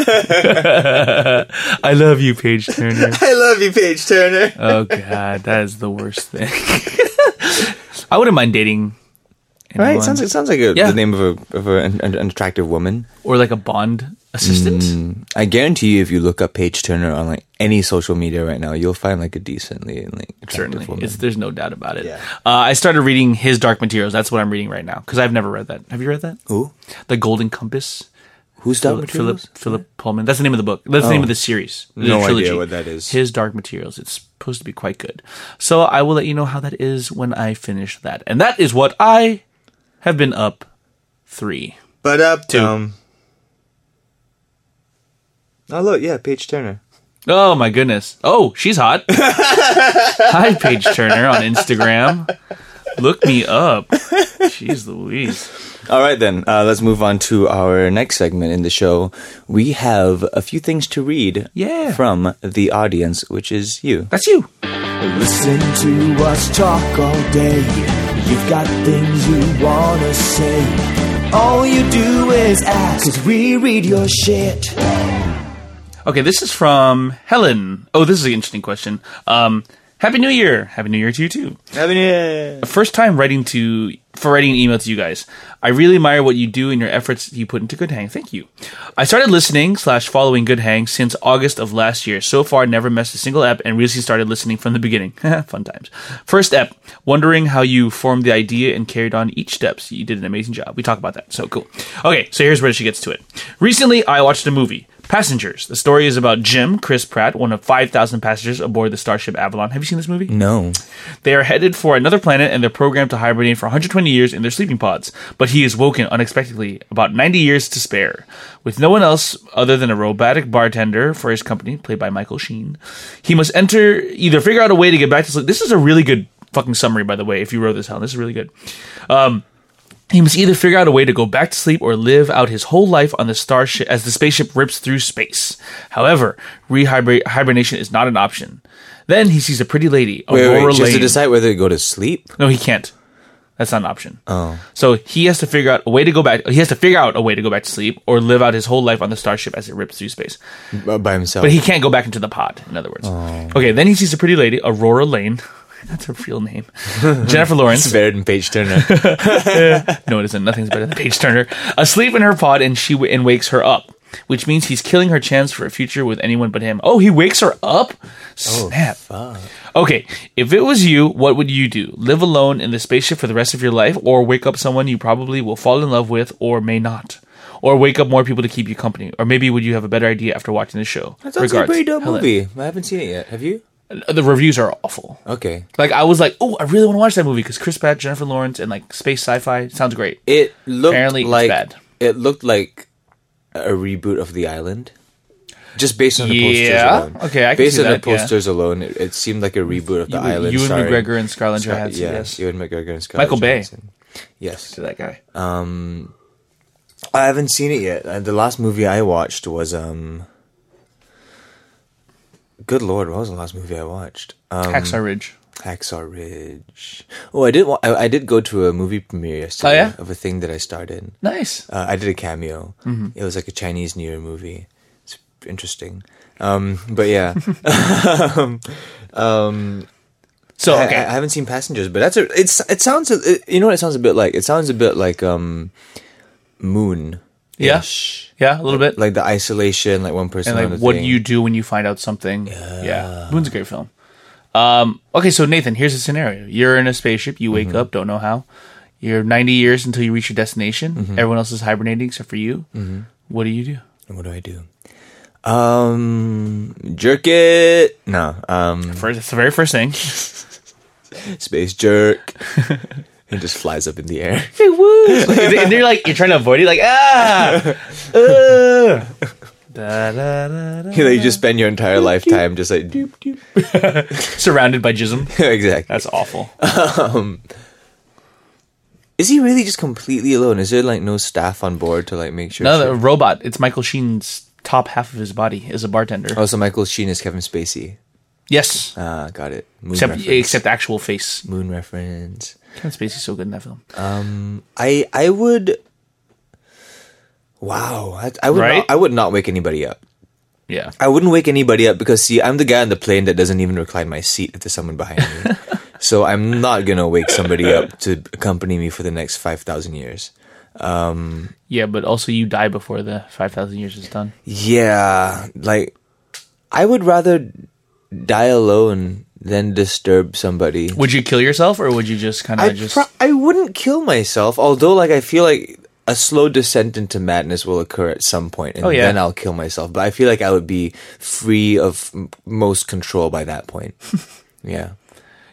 Speaker 3: I love you, Paige Turner.
Speaker 4: I love you, Paige Turner.
Speaker 3: Oh God, that is the worst thing. I wouldn't mind dating.
Speaker 4: Right?
Speaker 3: anyone.
Speaker 4: Sounds it sounds like a,
Speaker 3: Yeah.
Speaker 4: the name of a of a, an, an attractive woman.
Speaker 3: or like a Bond assistant.
Speaker 4: I guarantee you, if you look up Paige Turner on like any social media right now, you'll find like a decently like attractive
Speaker 3: Certainly,
Speaker 4: woman.
Speaker 3: it's, there's no doubt about it. Uh, I started reading his Dark Materials. That's what I'm reading right now because I've never read that. Have you read that?
Speaker 4: Who?
Speaker 3: The Golden Compass.
Speaker 4: Who's
Speaker 3: Philip-
Speaker 4: that? Philip?
Speaker 3: Philip Philip Pullman. That's the name of the book. That's the name of the series. the
Speaker 4: Oh. No idea what that is.
Speaker 3: His Dark Materials. It's supposed to be quite good. So I will let you know how that is when I finish that. And that is what I have been up three.
Speaker 4: But up to. Um, oh look, yeah, Paige Turner.
Speaker 3: Oh my goodness. Oh, she's hot. Hi, Paige Turner on Instagram. Look me up. Jeez Louise.
Speaker 4: All right, then. Uh, let's move on to our next segment in the show. We have a few things to read
Speaker 3: Yeah.
Speaker 4: from the audience, which is you.
Speaker 3: That's you.
Speaker 5: Listen to us talk all day. You've got things you wanna say. All you do is ask, cause we read your shit.
Speaker 3: Okay, this is from Helen. Oh, this is an interesting question. Um, Happy New Year. Happy New Year to you too. first time writing to for writing an email to you guys. I really admire what you do and your efforts you put into Good Hang. Thank you. I started listening slash following Good Hang since August of last year. So far, never missed a single app and recently started listening from the beginning. Fun times. First app, wondering how you formed the idea and carried on each steps. You did an amazing job. We talk about that. So cool. Okay, so here's where she gets to it. Recently, I watched a movie. Passengers. The story is about Jim, Chris Pratt, one of 5,000 passengers aboard the starship Avalon. Have you seen this movie?
Speaker 4: No.
Speaker 3: They are headed for another planet and they're programmed to hibernate for 120 years in their sleeping pods. But he is woken unexpectedly, about 90 years to spare. With no one else other than a robotic bartender for his company, played by Michael Sheen, he must enter, either figure out a way to get back to sleep. This is a really good fucking summary, by the way, if you wrote this down. This is really good. Um, he must either figure out a way to go back to sleep or live out his whole life on the starship as the spaceship rips through space. However, rehibernation is not an option. Then he sees a pretty lady,
Speaker 4: Wait,
Speaker 3: Aurora
Speaker 4: wait, just to
Speaker 3: Lane.
Speaker 4: decide whether to go to sleep?
Speaker 3: No, he can't. That's not an option. Oh. So he has to figure out a way to go back. He has to figure out a way to go back to sleep or live out his whole life on the starship as it rips through space.
Speaker 4: B- By himself.
Speaker 3: But he can't go back into the pod, in other words. Okay, then he sees a pretty lady, Aurora Lane. That's her real name. Jennifer Lawrence.
Speaker 4: Better than Page Turner.
Speaker 3: No, it isn't. Nothing's better than Page Turner. Asleep in her pod, and she w- and wakes her up, which means he's killing her chance for a future with anyone but him. Oh, he wakes her up. Snap. Okay, if it was you, what would you do? Live alone in the spaceship for the rest of your life, or wake up someone you probably will fall in love with, or may not, or wake up more people to keep you company, or maybe would you have a better idea after watching the show?
Speaker 4: That sounds like a
Speaker 3: Regards,
Speaker 4: pretty dope
Speaker 3: Helen.
Speaker 4: movie. I haven't seen it yet. Have you?
Speaker 3: The reviews are awful.
Speaker 4: Okay.
Speaker 3: Like I was like, oh, I really want to watch that movie because Chris Pratt, Jennifer Lawrence, and like space sci-fi sounds great.
Speaker 4: It looked
Speaker 3: Apparently it's
Speaker 4: like
Speaker 3: bad.
Speaker 4: it looked like a reboot of The Island. Just based on the
Speaker 3: Yeah.
Speaker 4: posters alone.
Speaker 3: Okay, I can
Speaker 4: based
Speaker 3: see
Speaker 4: on
Speaker 3: that,
Speaker 4: the
Speaker 3: yeah.
Speaker 4: posters alone, it, it seemed like a reboot of The
Speaker 3: You
Speaker 4: Island.
Speaker 3: Ewan
Speaker 4: starring-
Speaker 3: McGregor and Scarlett
Speaker 4: Scar-
Speaker 3: Johansson.
Speaker 4: yeah,
Speaker 3: yes,
Speaker 4: Ewan McGregor and Scarlett
Speaker 3: Michael Bay.
Speaker 4: Johansson. Yes,
Speaker 3: to that guy.
Speaker 4: Um, I haven't seen it yet. Uh, The last movie I watched was um. Good lord, what was the last movie I watched? Um,
Speaker 3: Hacksaw Ridge.
Speaker 4: Hacksaw Ridge. Oh, I did. Wa- I, I did go to a movie premiere yesterday
Speaker 3: Oh, yeah?
Speaker 4: of a thing that I started.
Speaker 3: Nice.
Speaker 4: Uh, I did a cameo.
Speaker 3: Mm-hmm.
Speaker 4: It was like a Chinese New Year movie. It's interesting. Um, but yeah,
Speaker 3: So
Speaker 4: I-
Speaker 3: okay,
Speaker 4: I, I haven't seen Passengers, but that's a. It's it sounds. a- It, you know what it sounds a bit like? It sounds a bit like um, Moon.
Speaker 3: yeah, yeah, a little bit.
Speaker 4: Like the isolation, like one person.
Speaker 3: and
Speaker 4: on
Speaker 3: like,
Speaker 4: the
Speaker 3: what
Speaker 4: thing.
Speaker 3: do you do when you find out something? Yeah, Moon's a great film. Um, okay, so Nathan, here's a scenario: you're in a spaceship, you
Speaker 4: Mm-hmm.
Speaker 3: wake up, don't know how. You're 90 years until you reach your destination.
Speaker 4: Mm-hmm.
Speaker 3: Everyone else is hibernating except for you. What do you do?
Speaker 4: What do I do? Um, jerk it. No. Um,
Speaker 3: First, it's the very first thing.
Speaker 4: space jerk. it just flies up in the air.
Speaker 3: and then you're like, you're trying to avoid it, like ah. ah. Da, da, da, da.
Speaker 4: you know, you just spend your entire lifetime just like
Speaker 3: Surrounded by jism.
Speaker 4: exactly.
Speaker 3: That's awful.
Speaker 4: Is he really just completely alone? Is there like no staff on board to like make sure?
Speaker 3: No, the
Speaker 4: shit-
Speaker 3: robot. It's Michael Sheen's top half of his body is a bartender.
Speaker 4: Oh, so Michael Sheen is Kevin Spacey.
Speaker 3: yes.
Speaker 4: Ah, got it. Moon
Speaker 3: Except
Speaker 4: reference.
Speaker 3: except actual face.
Speaker 4: moon reference.
Speaker 3: Kevin Spacey's so good in that film.
Speaker 4: I I would. Wow, I, I would
Speaker 3: Right?
Speaker 4: not, I would not wake anybody up.
Speaker 3: Yeah.
Speaker 4: I wouldn't wake anybody up because see, I'm the guy on the plane that doesn't even recline my seat if there's someone behind me. so I'm not gonna wake somebody up to accompany me for the next five thousand years.
Speaker 3: Yeah, but also you die before the five thousand years is done.
Speaker 4: Yeah, like I would rather die alone than disturb somebody.
Speaker 3: Would you kill yourself or would you just kinda
Speaker 4: I
Speaker 3: just
Speaker 4: pro- I wouldn't kill myself, although like I feel like a slow descent into madness will occur at some point, and
Speaker 3: Oh, yeah.
Speaker 4: then I'll kill myself. But I feel like I would be free of m- most control by that point. yeah.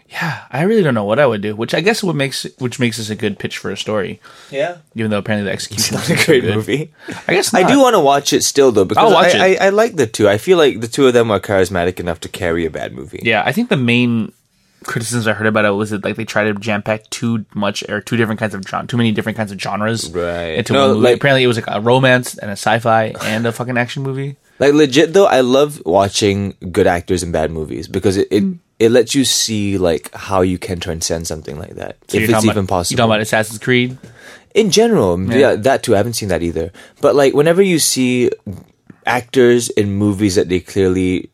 Speaker 3: Yeah. I really don't know what I would do, which I guess what makes which makes this a good pitch for a story.
Speaker 4: Yeah.
Speaker 3: Even though apparently the execution
Speaker 4: Not a great movie.
Speaker 3: I guess
Speaker 4: I
Speaker 3: not.
Speaker 4: do want to watch it still though because
Speaker 3: I'll watch
Speaker 4: I,
Speaker 3: it.
Speaker 4: I, I like the two. I feel like the two of them are charismatic enough to carry a bad movie.
Speaker 3: Yeah, I think the main criticisms I heard about it was that like they try to jam pack too much or two different kinds of genre, too many different kinds of genres
Speaker 4: Right.
Speaker 3: into
Speaker 4: No,
Speaker 3: one movie.
Speaker 4: like-
Speaker 3: Apparently, it was like a romance and a sci-fi and a fucking action movie.
Speaker 4: Like legit though, I love watching good actors in bad movies because it it, it lets you see like how you can transcend something like that
Speaker 3: you're
Speaker 4: if it's
Speaker 3: talking
Speaker 4: even
Speaker 3: about-
Speaker 4: possible.
Speaker 3: You talking about Assassin's Creed?
Speaker 4: in general, yeah. that too. I haven't seen that either. But like whenever you see actors in movies that they clearly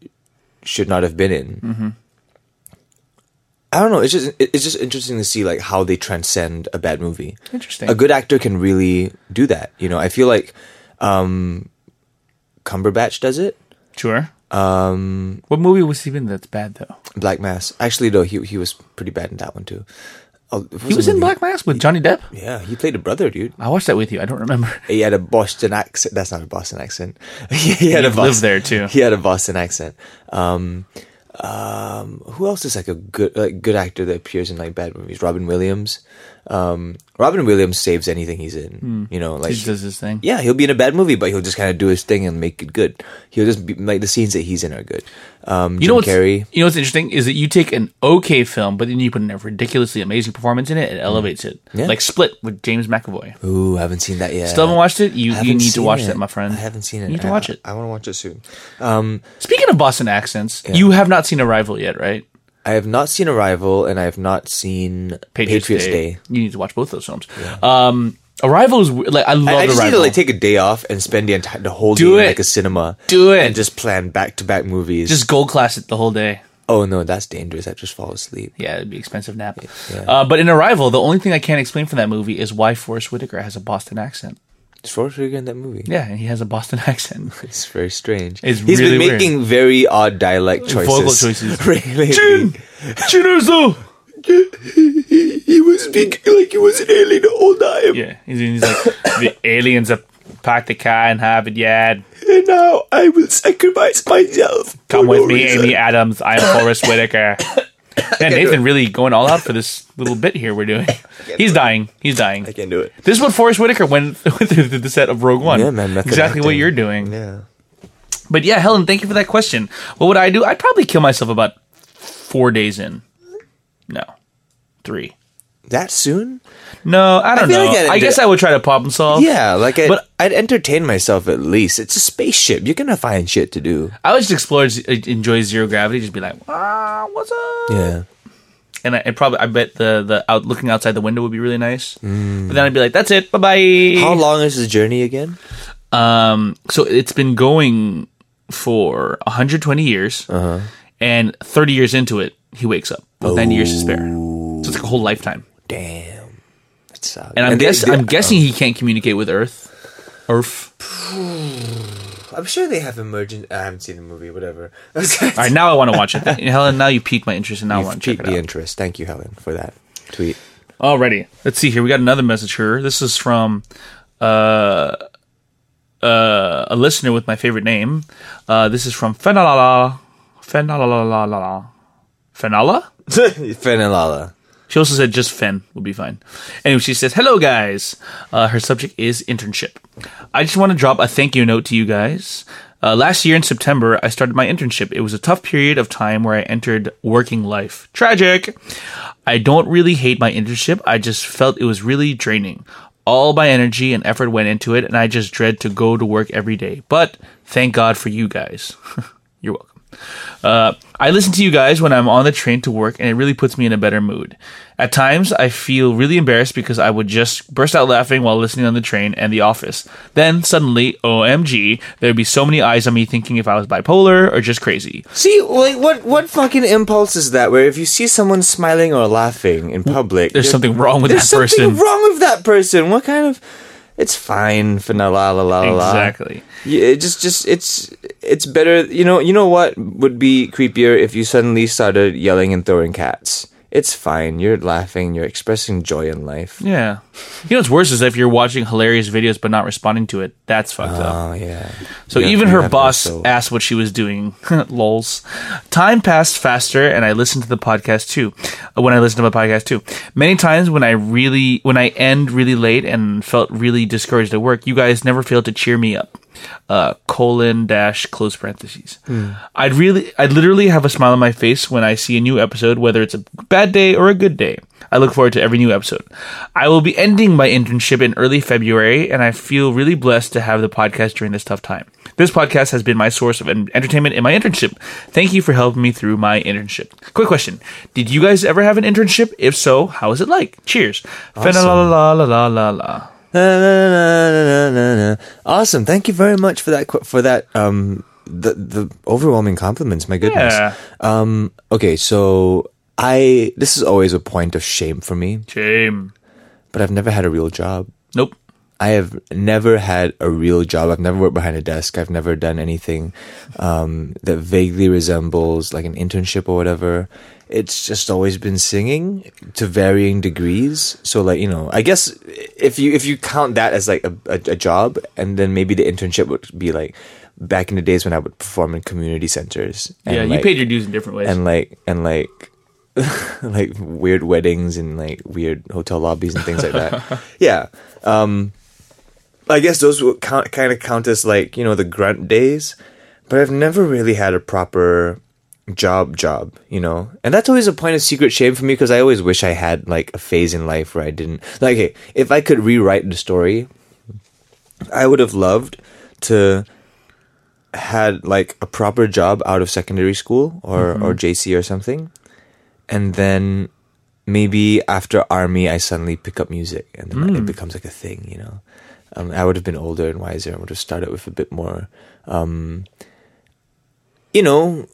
Speaker 4: should not have been in.
Speaker 3: Mm-hmm.
Speaker 4: I don't know. It's just it- it's just interesting to see like how they transcend a bad movie.
Speaker 3: Interesting.
Speaker 4: A good actor can really do that. You know, I feel like um, Cumberbatch does it.
Speaker 3: Sure. Um, what movie was he in that's bad though?
Speaker 4: Black Mass. Actually, no, he he was pretty bad in that one too. Oh, what
Speaker 3: He
Speaker 4: the
Speaker 3: was in
Speaker 4: movie?
Speaker 3: Black Mask with Johnny Depp.
Speaker 4: Yeah, he played a brother, dude.
Speaker 3: I watched that with you. I don't remember.
Speaker 4: He had a Boston accent. That's not a Boston accent. he had a
Speaker 3: You've
Speaker 4: Boston,
Speaker 3: lived there, too.
Speaker 4: He had a Boston accent. Um, um, who else is like a good like good actor that appears in like bad movies? Robin Williams. Um, Robin Williams saves anything he's in.
Speaker 3: Hmm.
Speaker 4: You know, like
Speaker 3: He does his thing.
Speaker 4: yeah, he'll be in a bad movie, but he'll just kind of do his thing and make it good. He'll just be, like the scenes that he's in are good. Um,
Speaker 3: You
Speaker 4: Jim
Speaker 3: know what's
Speaker 4: Carrey.
Speaker 3: you know what's interesting is that you take an okay film, but then you put in a ridiculously amazing performance in it. It elevates it,
Speaker 4: Mm. Yeah.
Speaker 3: like Split with James McAvoy.
Speaker 4: Ooh, I haven't seen that yet.
Speaker 3: Still haven't watched it. You, you
Speaker 4: I haven't
Speaker 3: need to
Speaker 4: seen
Speaker 3: watch
Speaker 4: it.
Speaker 3: that, my friend.
Speaker 4: I haven't seen it.
Speaker 3: You need to
Speaker 4: I-
Speaker 3: watch it.
Speaker 4: I, want to watch it soon.
Speaker 3: Speaking of Boston accents, you have not seen Arrival yet, right?
Speaker 4: I have not seen Arrival, and I have not seen Patriots, Day.
Speaker 3: You need to watch both those films. Um, Arrival is w- like I love
Speaker 4: I, I just need to
Speaker 3: Arrival.
Speaker 4: like take a day off and spend the entire the whole
Speaker 3: Do
Speaker 4: day
Speaker 3: it.
Speaker 4: in like a cinema.
Speaker 3: Do it.
Speaker 4: and just plan back to back movies.
Speaker 3: just gold class it the whole day.
Speaker 4: oh no, that's dangerous. I just fall asleep.
Speaker 3: Yeah, it'd be expensive nap.
Speaker 4: Yeah.
Speaker 3: Uh, but in Arrival, the only thing I can't explain from that movie is why Forrest Whitaker has a Boston accent.
Speaker 4: It's Schwarzenegger in that movie.
Speaker 3: Yeah, and he has a Boston accent.
Speaker 4: It's very strange.
Speaker 3: It's
Speaker 4: He's
Speaker 3: really
Speaker 4: been
Speaker 3: weird.
Speaker 4: making very odd dialect choices.
Speaker 3: Vocal choices.
Speaker 4: really.
Speaker 3: Cheers, though.
Speaker 4: He was speaking like he was an alien the whole time.
Speaker 3: Yeah, he's, he's like the aliens have parked the car in Harvard Yard.
Speaker 4: And now I will sacrifice myself.
Speaker 3: Come
Speaker 4: for
Speaker 3: with
Speaker 4: no
Speaker 3: me,
Speaker 4: reason.
Speaker 3: Amy Adams. I'm Forrest Whitaker. Yeah, Nathan really going all out for this little bit here we're doing. He's dying. He's dying.
Speaker 4: I can't do it.
Speaker 3: This is what Forrest Whitaker went through the set of Rogue One.
Speaker 4: Yeah, man, method
Speaker 3: exactly what
Speaker 4: acting.
Speaker 3: you're doing.
Speaker 4: Yeah.
Speaker 3: But yeah, Helen, thank you for that question. What would I do? I'd probably kill myself about four days in. No, three.
Speaker 4: That soon?
Speaker 3: No, I don't
Speaker 4: feel
Speaker 3: know.
Speaker 4: like I'd
Speaker 3: I
Speaker 4: do-
Speaker 3: guess I would try to problem solve.
Speaker 4: Yeah, like I,
Speaker 3: But-
Speaker 4: I'd entertain myself at least. It's a spaceship. You're gonna find shit to do.
Speaker 3: I would just explore, z- enjoy zero gravity, just be like, ah, what's up?
Speaker 4: Yeah.
Speaker 3: and I and probably I bet the the out looking outside the window would be really nice. But then I'd be like, that's it, bye bye.
Speaker 4: How long is the journey again?
Speaker 3: Um, so it's been going for 120 years, and 30 years into it, he wakes up with 90 years to spare. So it's like a whole lifetime.
Speaker 4: Damn. That sucks.
Speaker 3: And I'm
Speaker 4: they-
Speaker 3: guess
Speaker 4: they-
Speaker 3: I'm guessing he can't communicate with Earth. Earth.
Speaker 4: I'm sure they have emergent. I haven't seen the movie. Whatever.
Speaker 3: All right, now I want to watch it. Helen, now you piqued my interest, and now I want to check
Speaker 4: piqued
Speaker 3: it
Speaker 4: the
Speaker 3: out.
Speaker 4: interest. Thank you, Helen, for that tweet.
Speaker 3: Alrighty. Let's see here. We got another message here. This is from uh, uh, a listener with my favorite name. Uh, this is from Fenalala. Fenalala. Fenala?
Speaker 4: Fenelala.
Speaker 3: She also said just Fen would be fine. Anyway, she says, Hello, guys. Uh, her subject is internship. I just want to drop a thank you note to you guys. Uh, last year in September, I started my internship. It was a tough period of time where I entered working life. Tragic. I don't really hate my internship. I just felt it was really draining. All my energy and effort went into it, and I just dread to go to work every day. But thank God for you guys. You're welcome. Uh, I listen to you guys when I'm on the train to work, and it really puts me in a better mood. At times, I feel really embarrassed because I would just burst out laughing while listening on the train and the office. Then, suddenly, OMG, there'd be so many eyes on me thinking if I was bipolar or just crazy.
Speaker 4: See, like, what what fucking impulse is that? Where if you see someone smiling or laughing in public,
Speaker 3: There's
Speaker 4: there-
Speaker 3: something wrong with
Speaker 4: there's
Speaker 3: that person.
Speaker 4: something wrong with that person. What kind of? It's fine. Fenelala.
Speaker 3: Exactly.
Speaker 4: Yeah, it just just it's it's better. You know, you know what would be creepier if you suddenly started yelling and throwing cats. It's fine. You're laughing. You're expressing joy in life.
Speaker 3: Yeah. You know what's worse is if you're watching hilarious videos but not responding to it. That's fucked up.
Speaker 4: Oh yeah.
Speaker 3: So
Speaker 4: You have-
Speaker 3: even
Speaker 4: you
Speaker 3: her
Speaker 4: have
Speaker 3: boss
Speaker 4: no soul.
Speaker 3: asked what she was doing. Lols. Time passed faster, and I listened to the podcast too. uh, When I listened to my podcast too, many times when I really when I end really late and felt really discouraged at work, you guys never failed to cheer me up. uh, colon dash close parentheses.
Speaker 4: Hmm.
Speaker 3: I'd really, I'd literally have a smile on my face when I see a new episode, whether it's a bad day or a good day. I look forward to every new episode. I will be ending my internship in early February, and I feel really blessed to have the podcast during this tough time. This podcast has been my source of en- entertainment in my internship. Thank you for helping me through my internship. Quick question: Did you guys ever have an internship? If so, how is it like? Cheers. Fa-la-la-la-la-la-la.
Speaker 4: Na, na, na, na, na, na, na. Awesome. Thank you very much for that. qu- For that, um, the the overwhelming compliments. My goodness.
Speaker 3: Yeah.
Speaker 4: Um. Okay. So I. This is always a point of shame for me,
Speaker 3: Shame.
Speaker 4: but I've never had a real job.
Speaker 3: Nope.
Speaker 4: I have never had a real job. I've never worked behind a desk. I've never done anything um, that vaguely resembles like an internship or whatever. It's just always been singing to varying degrees. So like you know, I guess if you if you count that as like a, a, a job, and then maybe the internship would be like back in the days when I would perform in community centers. And
Speaker 3: Yeah, you
Speaker 4: like-
Speaker 3: paid your dues in different ways.
Speaker 4: and like and like like weird weddings and like weird hotel lobbies and things like that. yeah. Um I guess those would count kind of count as like, you know, the grunt days, but I've never really had a proper job job, you know. And that's always a point of secret shame for me because I always wish I had like a phase in life where I didn't like hey, if I could rewrite the story, I would have loved to had like a proper job out of secondary school or or JC or something, and then maybe after army I suddenly pick up music and then it becomes like a thing, you know. Um, I would have been older and wiser and would have started with a bit more, um, you know,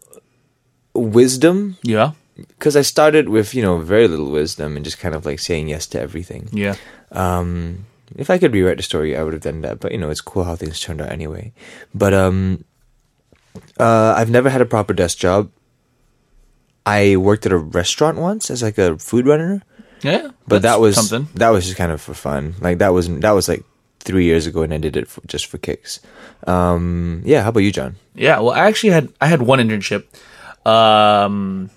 Speaker 4: wisdom
Speaker 3: yeah.
Speaker 4: because I started with you know very little wisdom and just kind of like saying yes to everything.
Speaker 3: Yeah.
Speaker 4: Um, if I could rewrite the story, I would have done that. But you know, it's cool how things turned out anyway. But um, uh, I've never had a proper desk job. I worked at a restaurant once as like a food runner,
Speaker 3: Yeah.
Speaker 4: but
Speaker 3: that's
Speaker 4: that was
Speaker 3: something.
Speaker 4: that was just kind of for fun. Like that was that was like three years ago, and I did it for, just for kicks. Um, yeah. How about you, John?
Speaker 3: Yeah. Well, I actually had I had one internship, um,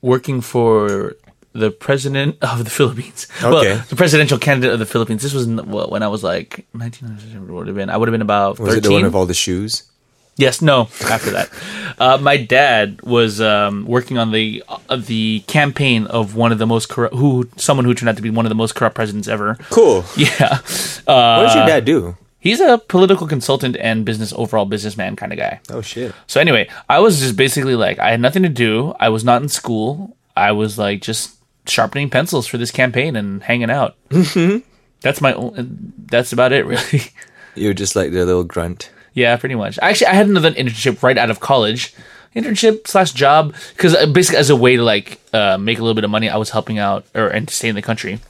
Speaker 3: working for the president of the Philippines.
Speaker 4: Okay.
Speaker 3: Well, the presidential candidate of the Philippines. This was in- well, when I was like 19. Would have been I would have been about
Speaker 4: Was
Speaker 3: 13.
Speaker 4: it the one of all the shoes?
Speaker 3: Yes, no. After that, uh, my dad was um, working on the uh, the campaign of one of the most corrupt, who someone who turned out to be one of the most corrupt presidents ever.
Speaker 4: Cool.
Speaker 3: Yeah, Uh,
Speaker 4: what does your dad do?
Speaker 3: he's a political consultant and business overall businessman kind of guy.
Speaker 4: Oh shit.
Speaker 3: So anyway, I was just basically like I had nothing to do. I was not in school. I was like just sharpening pencils for this campaign and hanging out. Mm-hmm. That's my. on- That's about it, really.
Speaker 4: You're just like the little grunt.
Speaker 3: Yeah, pretty much. Actually, I had another internship right out of college, internship slash job, because basically as a way to like uh, make a little bit of money, I was helping out or and to stay in the country.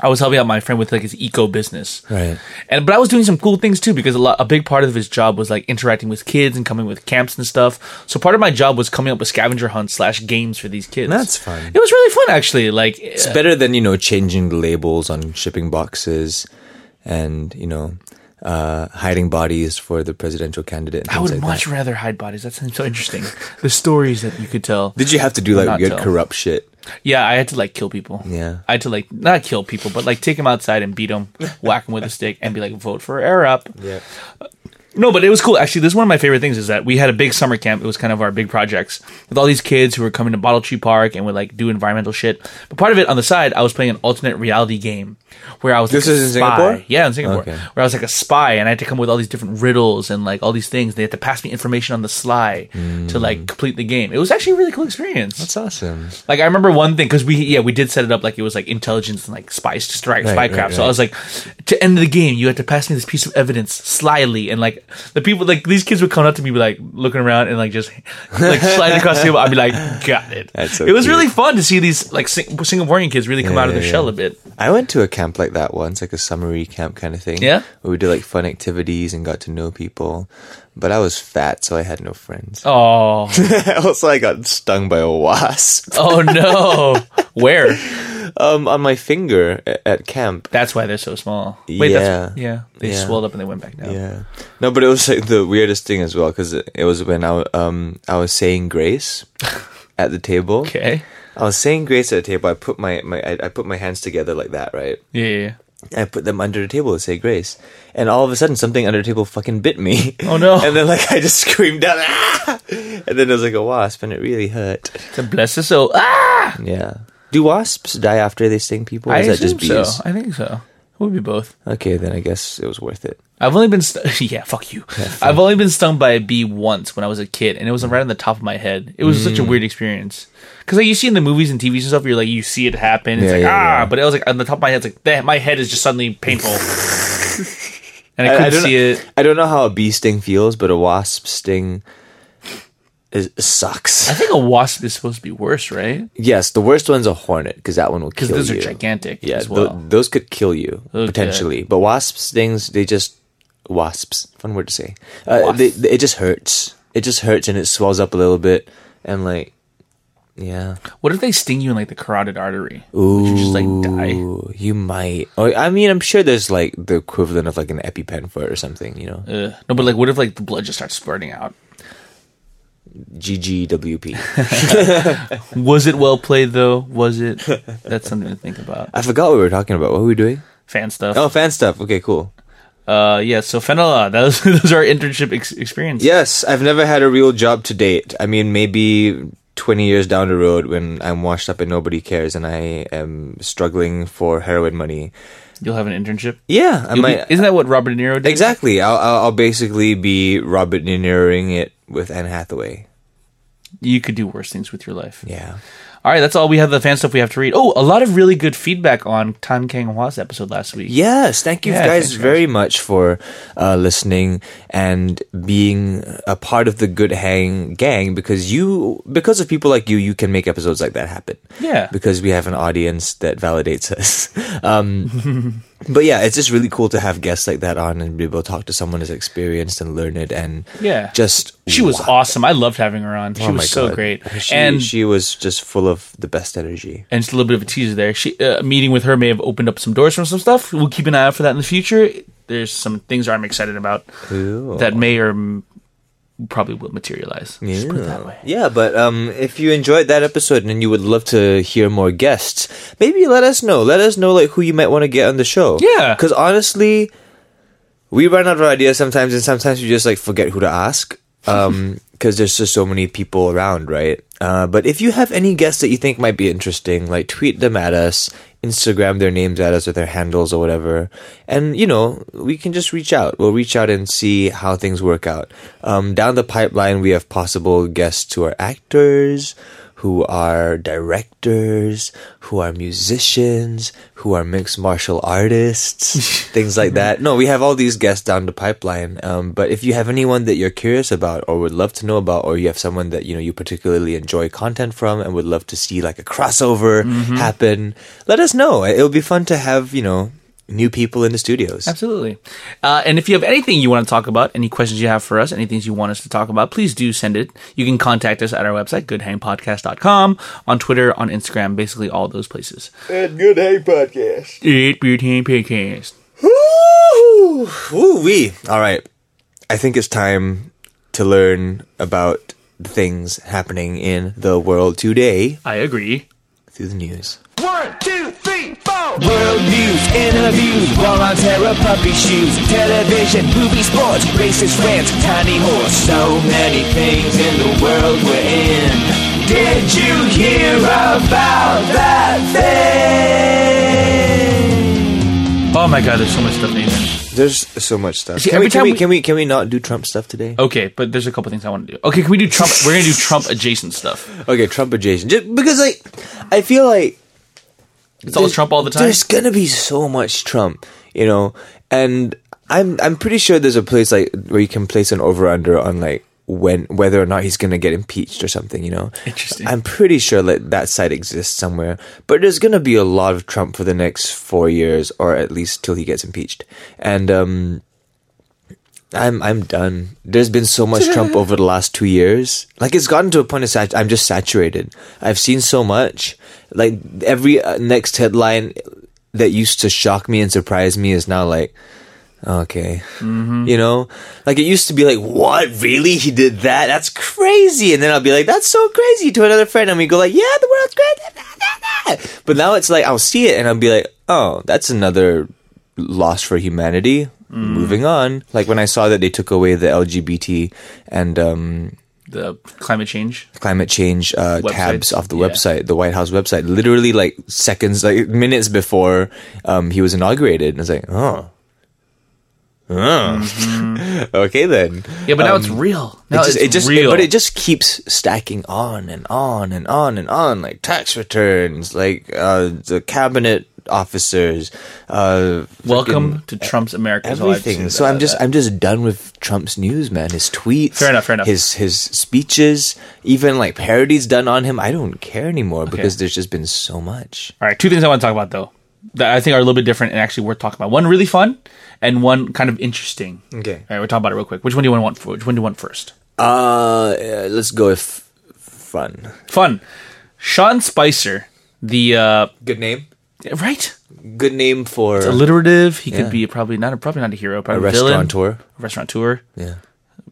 Speaker 3: I was helping out my friend with like his eco business,
Speaker 4: Right.
Speaker 3: and but I was doing some cool things too because a lot a big part of his job was like interacting with kids and coming with camps and stuff. So part of my job was coming up with scavenger hunts slash games for these kids.
Speaker 4: That's fun.
Speaker 3: It was really fun actually. Like eh,
Speaker 4: It's better than you know changing the labels on shipping boxes, and you know uh, hiding bodies for the presidential candidate. And
Speaker 3: I would
Speaker 4: things like
Speaker 3: much
Speaker 4: That.
Speaker 3: rather hide bodies. That sounds so interesting. the stories that you could tell.
Speaker 4: Did you have to do
Speaker 3: not
Speaker 4: like weird
Speaker 3: tell.
Speaker 4: corrupt shit?
Speaker 3: Yeah, I had to like kill people.
Speaker 4: Yeah.
Speaker 3: I had to like not kill people, but like take them outside and beat them, whack them with a stick, and be like, vote for air up.
Speaker 4: Yeah.
Speaker 3: No, but it was cool. Actually, this is one of my favorite things is that we had a big summer camp. It was kind of our big projects with all these kids who were coming to Bottle Tree Park and would like do environmental shit. But part of it on the side, I was playing an alternate reality game where I was
Speaker 4: This
Speaker 3: like, a
Speaker 4: is in
Speaker 3: spy.
Speaker 4: Singapore?
Speaker 3: Yeah, in Singapore,
Speaker 4: Okay.
Speaker 3: where I was like a spy and I had to come up with all these different riddles and like all these things. They had to pass me information on the sly
Speaker 4: Hmm.
Speaker 3: to like complete the game. It was actually a really cool experience.
Speaker 4: That's awesome.
Speaker 3: Like I remember one thing because we yeah we did set it up like it was like intelligence and like spies strike spy
Speaker 4: right,
Speaker 3: crap. So I
Speaker 4: right.
Speaker 3: was like, to end the game, you had to pass me this piece of evidence slyly, and like the people like these kids would come up to me be like looking around and like just like sliding across the table. I'd be like, got it.
Speaker 4: That's so
Speaker 3: it was
Speaker 4: cute.
Speaker 3: really fun to see these like Sing- Singaporean kids really come
Speaker 4: Yeah,
Speaker 3: out of
Speaker 4: yeah,
Speaker 3: their
Speaker 4: yeah.
Speaker 3: shell a bit.
Speaker 4: I went to a camp like that once, like a summery camp kind of thing.
Speaker 3: Yeah?
Speaker 4: where we did like fun activities and got to know people. But I was fat, so I had no friends.
Speaker 3: Oh
Speaker 4: also, I got stung by a wasp
Speaker 3: oh no, where?
Speaker 4: um, on my finger at, at camp.
Speaker 3: That's why they're so small. Wait, that's
Speaker 4: Yeah.
Speaker 3: yeah. They
Speaker 4: Yeah.
Speaker 3: swelled up and they went back down.
Speaker 4: Yeah. No, but it was like the weirdest thing as well because it, it was when I w- um I was saying grace at the table.
Speaker 3: Okay.
Speaker 4: I was saying grace at the table. I put my my I, I put my hands together like that, right?
Speaker 3: Yeah. yeah, yeah.
Speaker 4: I put them under the table to say grace. And all of a sudden, something under the table fucking bit me.
Speaker 3: Oh, no.
Speaker 4: And then, like, I just screamed out, ah! And then it was like a wasp, and it really hurt.
Speaker 3: To bless his soul. Ah!
Speaker 4: Yeah. Do wasps die after they sting people? Or
Speaker 3: I
Speaker 4: is that just
Speaker 3: assume so.
Speaker 4: bees?
Speaker 3: I think so. It would be both.
Speaker 4: Okay, then I guess it was worth it.
Speaker 3: I've only been st- yeah, fuck you. I've only been stung by a bee once when I was a kid, and it was right on the top of my head. It was
Speaker 4: Mm.
Speaker 3: such a weird experience because like you see in the movies and TVs and stuff, you're like you see it happen. It's
Speaker 4: Yeah,
Speaker 3: like
Speaker 4: yeah,
Speaker 3: ah,
Speaker 4: yeah.
Speaker 3: but it was like on the top of my head. It's like that, my head is just suddenly painful, and I
Speaker 4: I, I
Speaker 3: couldn't
Speaker 4: don't
Speaker 3: see
Speaker 4: know,
Speaker 3: it.
Speaker 4: I don't know how a bee sting feels, but a wasp sting is, sucks.
Speaker 3: I think a wasp is supposed to be worse, right?
Speaker 4: Yes, the worst one's a hornet because that one will kill
Speaker 3: Because those
Speaker 4: you.
Speaker 3: are gigantic
Speaker 4: Yeah,
Speaker 3: as
Speaker 4: tho-
Speaker 3: well.
Speaker 4: those could kill you
Speaker 3: Okay.
Speaker 4: potentially. But wasp stings, they just wasps. Fun word to say. Uh, they, they- it just hurts. It just hurts and it swells up a little bit and like, yeah.
Speaker 3: what if they sting you in like the carotid artery?
Speaker 4: Ooh,
Speaker 3: Would you just like die?
Speaker 4: You might. Or, I mean, I'm sure there's like the equivalent of like an EpiPen for it or something. You know,
Speaker 3: Ugh. No, but like what if like the blood just starts spurting out?
Speaker 4: GGWP.
Speaker 3: Was it well played though? Was it? That's something to think about.
Speaker 4: I forgot what we were talking about. What were we doing?
Speaker 3: Fan stuff.
Speaker 4: Oh, fan stuff. Okay, cool.
Speaker 3: Uh, yeah. So Fenella, that was, those are our internship ex- experience.
Speaker 4: Yes, I've never had a real job to date. I mean, maybe 20 years down the road when I'm washed up and nobody cares and I am struggling for heroin money.
Speaker 3: you'll have an internship.
Speaker 4: Yeah, I
Speaker 3: You'll be-
Speaker 4: might.
Speaker 3: isn't that what Robert De Niro did?
Speaker 4: exactly. I'll, I'll I'll basically be Robert De Niroing it with Anne Hathaway.
Speaker 3: You could do worse things with your life.
Speaker 4: Yeah.
Speaker 3: All right, that's all we have. The fan stuff we have to read. Oh, a lot of really good feedback on Tom Kang Hwa's episode last week.
Speaker 4: Yes, thank you
Speaker 3: Yeah,
Speaker 4: guys
Speaker 3: thanks, guys.
Speaker 4: very much for uh, listening and being a part of the Good Hang gang because you because of people like you you can make episodes like that happen.
Speaker 3: Yeah.
Speaker 4: Because we have an audience that validates us. Um but yeah, it's just really cool to have guests like that on and be able to talk to someone who's experienced and learned and
Speaker 3: Yeah.
Speaker 4: just
Speaker 3: She was
Speaker 4: wow.
Speaker 3: awesome. I loved having her on. She
Speaker 4: Oh my
Speaker 3: was so
Speaker 4: God.
Speaker 3: great.
Speaker 4: She,
Speaker 3: and
Speaker 4: she was just full of the best energy.
Speaker 3: and just a little bit of a teaser there. She uh, meeting with her may have opened up some doors from some stuff. We'll keep an eye out for that in the future. There's some things I'm excited about
Speaker 4: Oh
Speaker 3: that may or m- probably will materialize. Just put it that way.
Speaker 4: Yeah, but um, if you enjoyed that episode and you would love to hear more guests, maybe let us know. Let us know like who you might want to get on the show.
Speaker 3: Yeah.
Speaker 4: because honestly, we run out of ideas sometimes, and sometimes we just like forget who to ask. Um, because there's just so many people around, right? Uh, but if you have any guests that you think might be interesting, like tweet them at us, Instagram their names at us or their handles or whatever, and you know we can just reach out. We'll reach out and see how things work out. Um, down the pipeline, we have possible guests who are actors, who are directors, who are musicians, who are mixed martial artists, things like that. No, we have all these guests down the pipeline. Um, but if you have anyone that you're curious about or would love to know about, or you have someone that you know you particularly enjoy content from and would love to see like a crossover happen, let us know. It'll be fun to have you know new people in the studios.
Speaker 3: Absolutely. Uh, and if you have anything you want to talk about, any questions you have for us, any things you want us to talk about, please do send it. You can contact us at our website, goodhangpodcast.com, on Twitter, on Instagram, basically all those places.
Speaker 8: And good hey podcast.
Speaker 3: Eat Beauty Podcast.
Speaker 4: Woo! Woo wee! All right. I think it's time to learn about the things happening in the world today
Speaker 3: I agree.
Speaker 4: through the news.
Speaker 5: One, two, three, four. World news, interviews, while on terror, puppy shoes, television, movie, sports, racist rants, tiny horse. So many things in the world we're in. Did you hear about that thing?
Speaker 3: Oh my God, there's so much stuff, Nathan.
Speaker 4: There's so much stuff.
Speaker 3: See,
Speaker 4: can, we,
Speaker 3: every
Speaker 4: can,
Speaker 3: time
Speaker 4: we,
Speaker 3: we- Oh.
Speaker 4: can we can we not do Trump stuff today?
Speaker 3: Okay, but there's a couple things I want to do. Okay, can we do Trump? We're going to do Trump adjacent stuff.
Speaker 4: Okay, Trump adjacent. Just because like I feel like
Speaker 3: It's all
Speaker 4: there's-
Speaker 3: Trump all the time.
Speaker 4: There's gonna be so much Trump, you know, and I'm I'm pretty sure there's a place like where you can place an over under on like when whether or not he's gonna get impeached or something, you know.
Speaker 3: Interesting.
Speaker 4: I'm pretty sure that that site exists somewhere, but there's gonna be a lot of Trump for the next four years or at least till he gets impeached, and um. I'm I'm done. There's been so much Trump over the last two years. Like it's gotten to a point of sat- I'm just saturated. I've seen so much. Like every uh, next headline that used to shock me and surprise me is now like, okay, you know, like it used to be like, what really he did that? That's crazy. And then I'll be like, that's so crazy to another friend, and we go like, yeah, the world's great. But now it's like I'll see it and I'll be like, oh, that's another lost for humanity. Moving on. Like when I saw that they took away the LGBT and um,
Speaker 3: the climate change.
Speaker 4: climate change uh, tabs off the
Speaker 3: yeah.
Speaker 4: website, the White House website, literally like seconds, like minutes before um, he was inaugurated. And I was like, oh. Oh. okay then.
Speaker 3: Yeah, but now it's real. Now
Speaker 4: Um, it just,
Speaker 3: it's
Speaker 4: it just
Speaker 3: real.
Speaker 4: but it just keeps stacking on and on and on and on, like tax returns, like uh, the cabinet officers, uh,
Speaker 3: Welcome to Trump's America. is all I've
Speaker 4: everything.
Speaker 3: seen
Speaker 4: So
Speaker 3: about
Speaker 4: I'm just I'm just done with Trump's news, man. His tweets,
Speaker 3: Fair enough, fair enough.
Speaker 4: His his speeches, even like parodies done on him. I don't care anymore because there's just been so much.
Speaker 3: All right, two things I want to talk about though that I think are a little bit different and actually worth talking about. One really fun and one kind of interesting.
Speaker 4: Okay.
Speaker 3: All right, we'll talk about it real quick. Which one do you want? Which one do you want first?
Speaker 4: Uh, yeah, let's go with fun.
Speaker 3: Fun. Sean Spicer, the uh,
Speaker 4: Good name.
Speaker 3: right
Speaker 4: Good name for a,
Speaker 3: alliterative. He
Speaker 4: Yeah.
Speaker 3: could be probably not a, probably not a hero, probably a villain.
Speaker 4: restaurateur.
Speaker 3: a restaurateur.
Speaker 4: Yeah.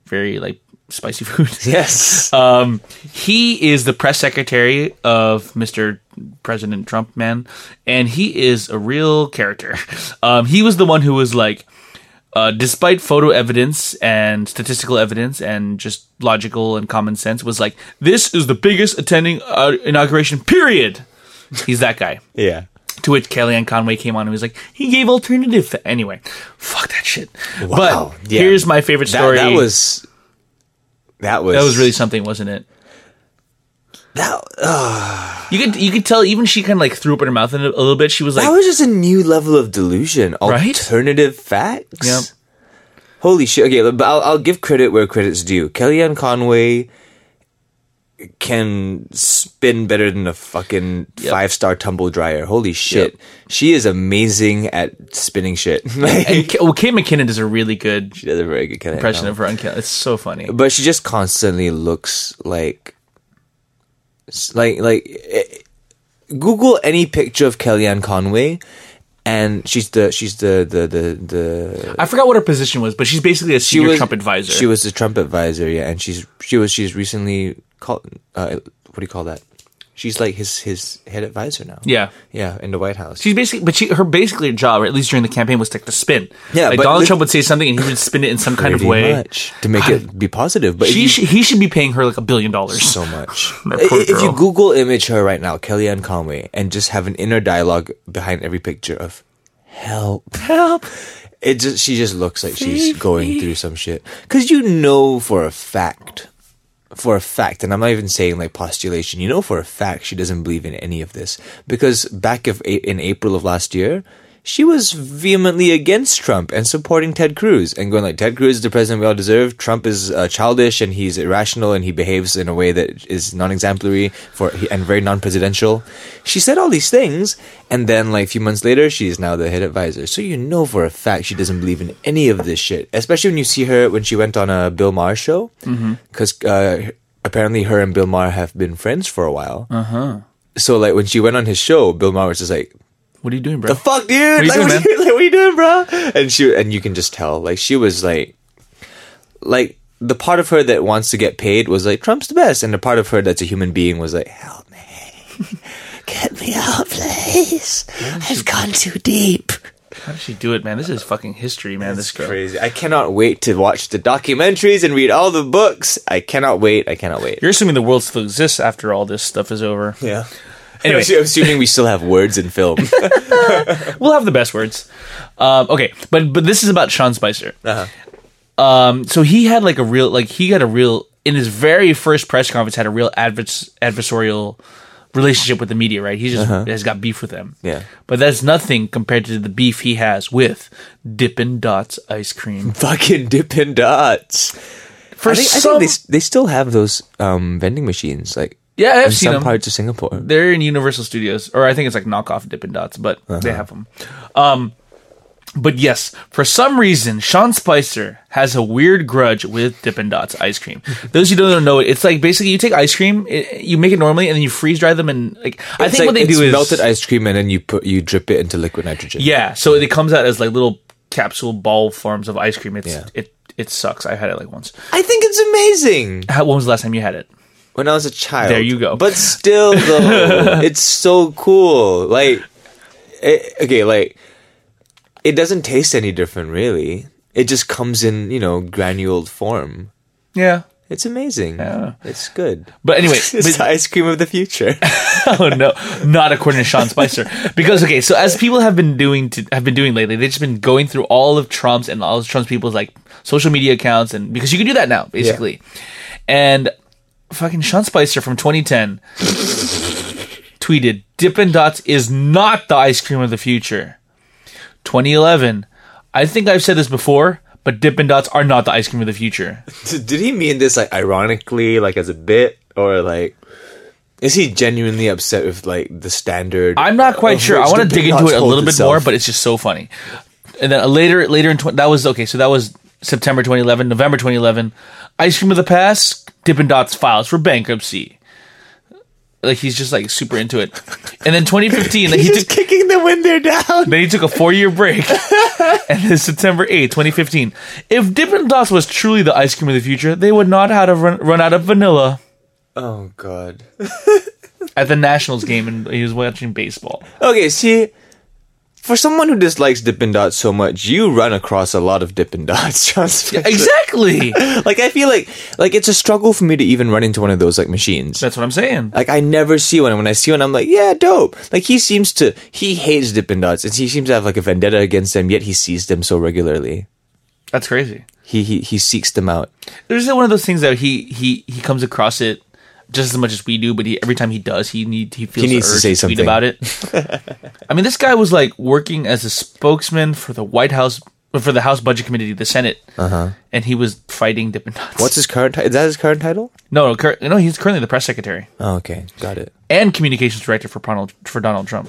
Speaker 3: Very like spicy food.
Speaker 4: Yes.
Speaker 3: Um, he is the press secretary of Mr. President Trump, man, and he is a real character. Um, he was the one who was like, uh, despite photo evidence and statistical evidence and just logical and common sense, was like, this is the biggest attending uh, inauguration, period. He's that guy.
Speaker 4: yeah.
Speaker 3: To which Kellyanne Conway came on and was like, he gave alternative. Fa-. Anyway, fuck that shit.
Speaker 4: Wow.
Speaker 3: But
Speaker 4: Yeah.
Speaker 3: here's my favorite
Speaker 4: That,
Speaker 3: story.
Speaker 4: that was. That was
Speaker 3: that was really something, wasn't it?
Speaker 4: that,
Speaker 3: You could you could tell even she kind of like threw up in her mouth in a, a little bit. She was like,
Speaker 4: that was just a new level of delusion.
Speaker 3: Right?
Speaker 4: Alternative facts.
Speaker 3: Yep.
Speaker 4: Holy shit! Okay, but I'll, I'll give credit where credit's due. Kellyanne Conway can spin better than a fucking five-star tumble dryer. Holy shit! She is amazing at spinning shit.
Speaker 3: and K- well, Kate McKinnon does a really good
Speaker 4: she does a very good Kellyanne
Speaker 3: impression
Speaker 4: Conway.
Speaker 3: of her. On Kel- it's so funny.
Speaker 4: but she just constantly looks like like like eh, google any picture of kellyanne conway and she's the she's the the the, the
Speaker 3: I forgot what her position was, but she's basically a
Speaker 4: she
Speaker 3: senior Trump advisor.
Speaker 4: she was the trump advisor yeah and she's she was she's recently called uh, what do you call that she's like his his head advisor now
Speaker 3: yeah.
Speaker 4: yeah in the white house
Speaker 3: She's basically, but she her basically job, or at least during the campaign, was like to spin.
Speaker 4: Yeah,
Speaker 3: like
Speaker 4: but
Speaker 3: Donald
Speaker 4: lit-
Speaker 3: Trump would say something and he would spin it in some kind of
Speaker 4: Pretty
Speaker 3: way.
Speaker 4: much, to make it be positive but if
Speaker 3: She
Speaker 4: you-
Speaker 3: should- he should be paying her like a billion dollars.
Speaker 4: so much.
Speaker 3: That
Speaker 4: I-
Speaker 3: poor
Speaker 4: if
Speaker 3: girl.
Speaker 4: you Google image her right now, Kellyanne Conway, and just have an inner dialogue behind every picture of help, help. It just she just looks like she's going through some shit because you know for a fact, for a fact, and I'm not even saying like postulation. You know for a fact she doesn't believe in any of this because back of A- in April of last year. She was vehemently against Trump and supporting Ted Cruz and going like Ted Cruz is the president we all deserve. Trump is uh, childish and he's irrational and he behaves in a way that is non-exemplary for and very non-presidential. She said all these things, and then like a few months later, she is now the head advisor. So you know for a fact she doesn't believe in any of this shit. Especially when you see her when she went on a Bill Maher show, because uh, apparently her and Bill Maher have been friends for a while. Uh huh.
Speaker 3: Uh-huh.
Speaker 4: So like when she went on his show, Bill Maher was just like
Speaker 3: what are you doing, bro?
Speaker 4: the fuck, dude?
Speaker 3: you
Speaker 4: Like,
Speaker 3: doing, man?
Speaker 4: What are you, like, what are you doing, bro? And she and you can just tell, like, she was like, like the part of her that wants to get paid was like Trump's the best, and the part of her that's a human being was like, help me, get me out, please. I've gone too deep.
Speaker 3: How did she do it, man? This is fucking history, man. This girl.
Speaker 4: Crazy. I cannot wait to watch the documentaries and read all the books. I cannot wait. I cannot wait.
Speaker 3: You're assuming the world still exists after all this stuff is over.
Speaker 4: yeah.
Speaker 3: Anyway.
Speaker 4: I'm assuming we still have words in film.
Speaker 3: We'll have the best words. Um, okay, but but this is about Sean Spicer.
Speaker 4: Uh-huh.
Speaker 3: Um, so he had like a real like he had a real in his very first press conference had a real advers- adversarial relationship with the media. Right, he just has got beef with them.
Speaker 4: Uh-huh. Yeah.
Speaker 3: but that's nothing compared to the beef he has with Dippin' Dots ice cream.
Speaker 4: Fucking Dippin' Dots.
Speaker 3: For
Speaker 4: I think, I think
Speaker 3: some,
Speaker 4: they s- they still have those um, vending machines, like
Speaker 3: Yeah, I've
Speaker 4: in
Speaker 3: seen
Speaker 4: some
Speaker 3: them.
Speaker 4: parts of Singapore.
Speaker 3: they're in Universal Studios, or I think it's like knockoff Dippin' Dots, but they
Speaker 4: Uh-huh.
Speaker 3: have them. Um, but yes, for some reason, Sean Spicer has a weird grudge with Dippin' Dots ice cream. Those who don't know it, it's like basically you take ice cream, it, you make it normally, and then you freeze dry them, and like I
Speaker 4: It's
Speaker 3: think
Speaker 4: like-
Speaker 3: what they
Speaker 4: it's
Speaker 3: do is
Speaker 4: melted ice cream, and then you put you drip it into liquid nitrogen.
Speaker 3: yeah, so it comes out as like little capsule ball forms of ice cream. It's
Speaker 4: Yeah.
Speaker 3: it it sucks. I had it like once.
Speaker 4: I think it's amazing.
Speaker 3: How, when was the last time you had it?
Speaker 4: When I was a child,
Speaker 3: There you go.
Speaker 4: But still, though, it's so cool. Like, it, okay, like it doesn't taste any different, really. It just comes in, you know, granuled form.
Speaker 3: Yeah.
Speaker 4: It's amazing. It's good.
Speaker 3: But anyway,
Speaker 4: it's
Speaker 3: but-
Speaker 4: the ice cream of the future.
Speaker 3: oh no, not according to Sean Spicer. Because okay, so as people have been doing to, have been doing lately, they've just been going through all of Trump's and all of Trump's people's like social media accounts, and because you can do that now, basically. And fucking Sean Spicer from 2010 tweeted, "Dippin' Dots is not the ice cream of the future." 2011, I think I've said this before, but Dippin' Dots are not the ice cream of the future.
Speaker 4: Did he mean this like ironically, like as a bit, or like is he genuinely upset with like the standard?
Speaker 3: I'm not quite
Speaker 4: of
Speaker 3: sure. I
Speaker 4: which
Speaker 3: want to
Speaker 4: the
Speaker 3: dig
Speaker 4: Peanuts
Speaker 3: into it a
Speaker 4: hold
Speaker 3: little bit
Speaker 4: itself?
Speaker 3: more, but it's just so funny. And then later, later in tw- that was okay. So that was September 2011, November 2011. Ice cream of the past. Dippin' Dots files for bankruptcy. Like he's just like super into it. And then 2015, like, he
Speaker 4: he's
Speaker 3: took
Speaker 4: just kicking the window down.
Speaker 3: then he took a four year break. and then September 8, 2015. If Dippin' Dots was truly the ice cream of the future, they would not have run, run out of vanilla
Speaker 4: Oh god.
Speaker 3: at the Nationals game, and he was watching baseball.
Speaker 4: Okay, see, for someone who dislikes Dippin' Dots so much, you run across a lot of Dippin' Dots. John
Speaker 3: Exactly.
Speaker 4: like I feel like like it's a struggle for me to even run into one of those like machines.
Speaker 3: That's what I'm saying.
Speaker 4: Like I never see one, and when I see one, I'm like, yeah, dope. Like he seems to he hates Dippin' Dots, and he seems to have like a vendetta against them. Yet he sees them so regularly.
Speaker 3: That's crazy.
Speaker 4: He he he seeks them out.
Speaker 3: there's one of those things that he he he comes across it just as much as we do, but he, every time he does, he need he feels
Speaker 4: He needs
Speaker 3: the
Speaker 4: to
Speaker 3: urge
Speaker 4: say
Speaker 3: to, tweet
Speaker 4: something.
Speaker 3: about it. I mean, this guy was like working as a spokesman for the White House for the House Budget Committee, the Senate, and he was fighting Dippin' Dots.
Speaker 4: Uh-huh. What's his current? Ti- is that his current title?
Speaker 3: no no, cur- no? He's currently the press secretary
Speaker 4: Oh, okay, got it.
Speaker 3: and communications director for Donald for Donald Trump.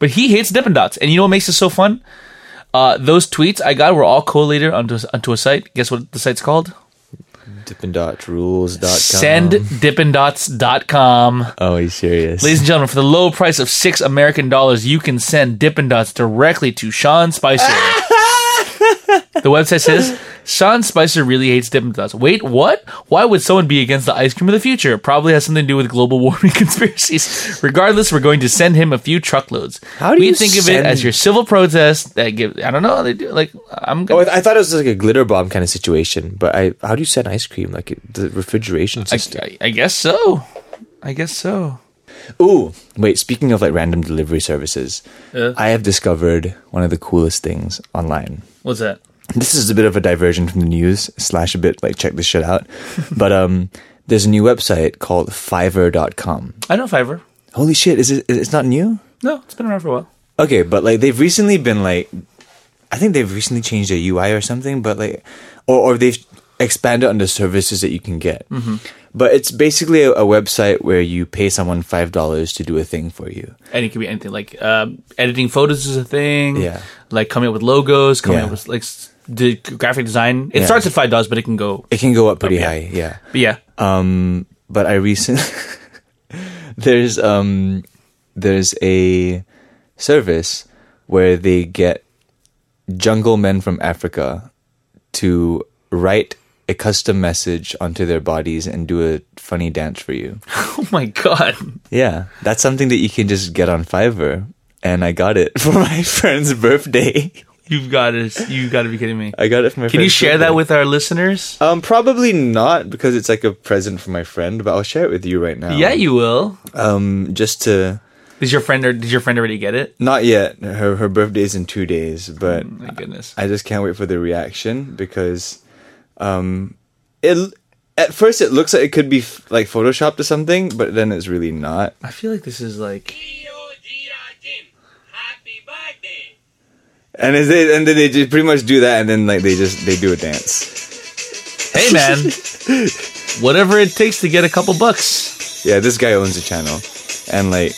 Speaker 3: But he hates Dippin' Dots, and you know what makes this so fun? Uh, those tweets I got were all collated onto onto a site. Guess what the site's called?
Speaker 4: Dippin' Dot rules. Dot
Speaker 3: senddipindots.com.
Speaker 4: Oh, he's serious.
Speaker 3: Ladies and gentlemen, for the low price of six American dollars, you can send Dippin' Dots directly to Sean Spicer. the website says Sean Spicer really hates Dippin' Dots. Wait, what? Why would someone be against the ice cream of the future? It probably has something to do with global warming conspiracies. Regardless, we're going to send him a few truckloads.
Speaker 4: How do
Speaker 3: we
Speaker 4: you
Speaker 3: think of it
Speaker 4: send-
Speaker 3: as your civil protest? That give I don't know. They do like I'm
Speaker 4: Oh, I,
Speaker 3: gonna.
Speaker 4: I thought it was like a glitter bomb kind of situation, but I how do you send ice cream like it, the refrigeration
Speaker 3: I,
Speaker 4: system?
Speaker 3: I, I guess so. I guess so.
Speaker 4: Ooh, wait. Speaking of like random delivery services,
Speaker 3: Uh.
Speaker 4: I have discovered one of the coolest things online.
Speaker 3: What's that?
Speaker 4: this is a bit of a diversion from the news slash a bit like check this shit out but um there's a new website called fiverr.com
Speaker 3: I know Fiverr.
Speaker 4: holy shit is it it's not new
Speaker 3: No, it's been around for a while.
Speaker 4: okay but like they've recently been like i think they've recently changed their ui or something but like or, or they've expanded on the services that you can get but it's basically a, a website where you pay someone five dollars to do a thing for you
Speaker 3: and it could be anything like um, editing photos is a thing
Speaker 4: Yeah.
Speaker 3: like coming up with logos coming
Speaker 4: Yeah.
Speaker 3: up with like s- the graphic design it
Speaker 4: Yeah.
Speaker 3: starts at five dollars but it can go
Speaker 4: it can go up pretty
Speaker 3: yeah.
Speaker 4: high yeah
Speaker 3: but yeah
Speaker 4: Um, but I recently there's um there's a service where they get jungle men from Africa to write a custom message onto their bodies and do a funny dance for you.
Speaker 3: oh my god
Speaker 4: Yeah, that's something that you can just get on Fiverr, and I got it for my friend's birthday.
Speaker 3: you've got to you got to be kidding me
Speaker 4: I got it for my.
Speaker 3: can you
Speaker 4: friend's
Speaker 3: share that
Speaker 4: birthday.
Speaker 3: with our listeners
Speaker 4: Um, probably not because it's like a present for my friend, but I'll share it with you right now.
Speaker 3: yeah you will
Speaker 4: Um, just to
Speaker 3: Does your friend or did your friend already get it Oh
Speaker 4: Not yet. Her her birthday is in two days, but
Speaker 3: my goodness
Speaker 4: I just can't wait for the reaction because, um, it at first it looks like it could be f- like photoshopped or something, but then it's really not.
Speaker 3: i feel like this is like
Speaker 4: And is it? And then they just pretty much do that, and then like they just they do a dance.
Speaker 3: hey man whatever it takes to get a couple bucks
Speaker 4: Yeah, this guy owns a channel, and like